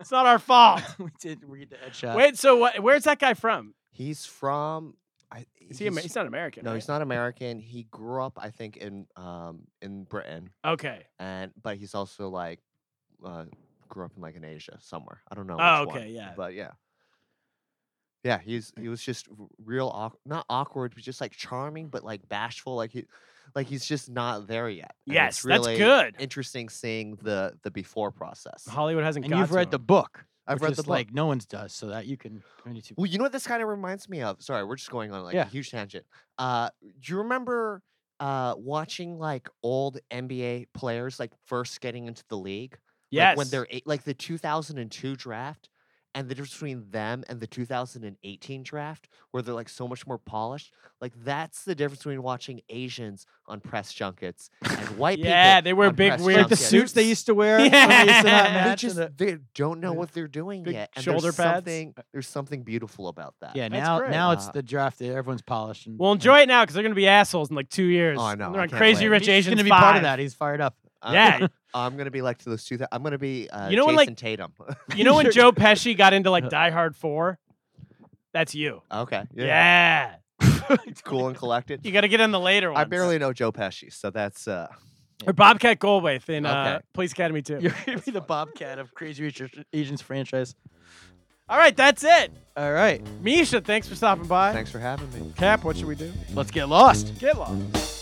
It's not our fault. [LAUGHS] we did read the headshot. Wait, so what, where's that guy from? He's from. I, Is he? Amer- he's not American. No, right? he's not American. He grew up, I think, in um in Britain, Okay. and but he's also like uh grew up in like in Asia somewhere. I don't know. Oh, which one, okay, yeah. But yeah, Yeah, he's he was just r- real awk- not awkward, but just like charming, but like bashful. Like he, like he's just not there yet. and Yes, it's that's really good. Interesting seeing the the before process. Hollywood hasn't. And got you've to read the him. book. I've which read is the book. like no one's does, so that you can. I need to- Well, you know what this kind of reminds me of? Sorry, we're just going on like Yeah. a huge tangent. Uh, do you remember uh, watching like old NBA players like first getting into the league? yes. Like, when they're eight, like the 2002 draft and the difference between them and the 2018 draft where they're like so much more polished. Like that's the difference between watching Asians on press junkets and white yeah, people. they wear on big press weird Like the junkets. suits they used to [LAUGHS] wear. when they used to Yeah. not They match and just the- they don't know Yeah. what they're doing Big yet. And shoulder there's pads. something there's something beautiful about that. Yeah, That's now great. now it's Uh, the draft. that Everyone's polished. And, Well, enjoy it now because they're gonna be assholes in like two years. Oh, I know, They're I on can't Crazy wait. Rich He's Asians gonna be 5. part of that. He's fired up. I'm Yeah. [LAUGHS] gonna- I'm gonna be like to those two. I'm gonna be uh, You know when, Jason like- Tatum. [LAUGHS] You know when You're- Joe Pesci got into like Die Hard Four? That's you. okay. Yeah. Cool and [LAUGHS] collected. You got to get in the later ones. I barely know Joe Pesci, so that's uh, Or Bobcat Goldthwait in uh, Okay. Police Academy [LAUGHS] 2. [LAUGHS] You're gonna be the Bobcat of Crazy Rich Asians franchise. All right, that's it. All right, Misha, thanks for stopping by. thanks for having me. Cap, what should we do? let's get lost. Get lost.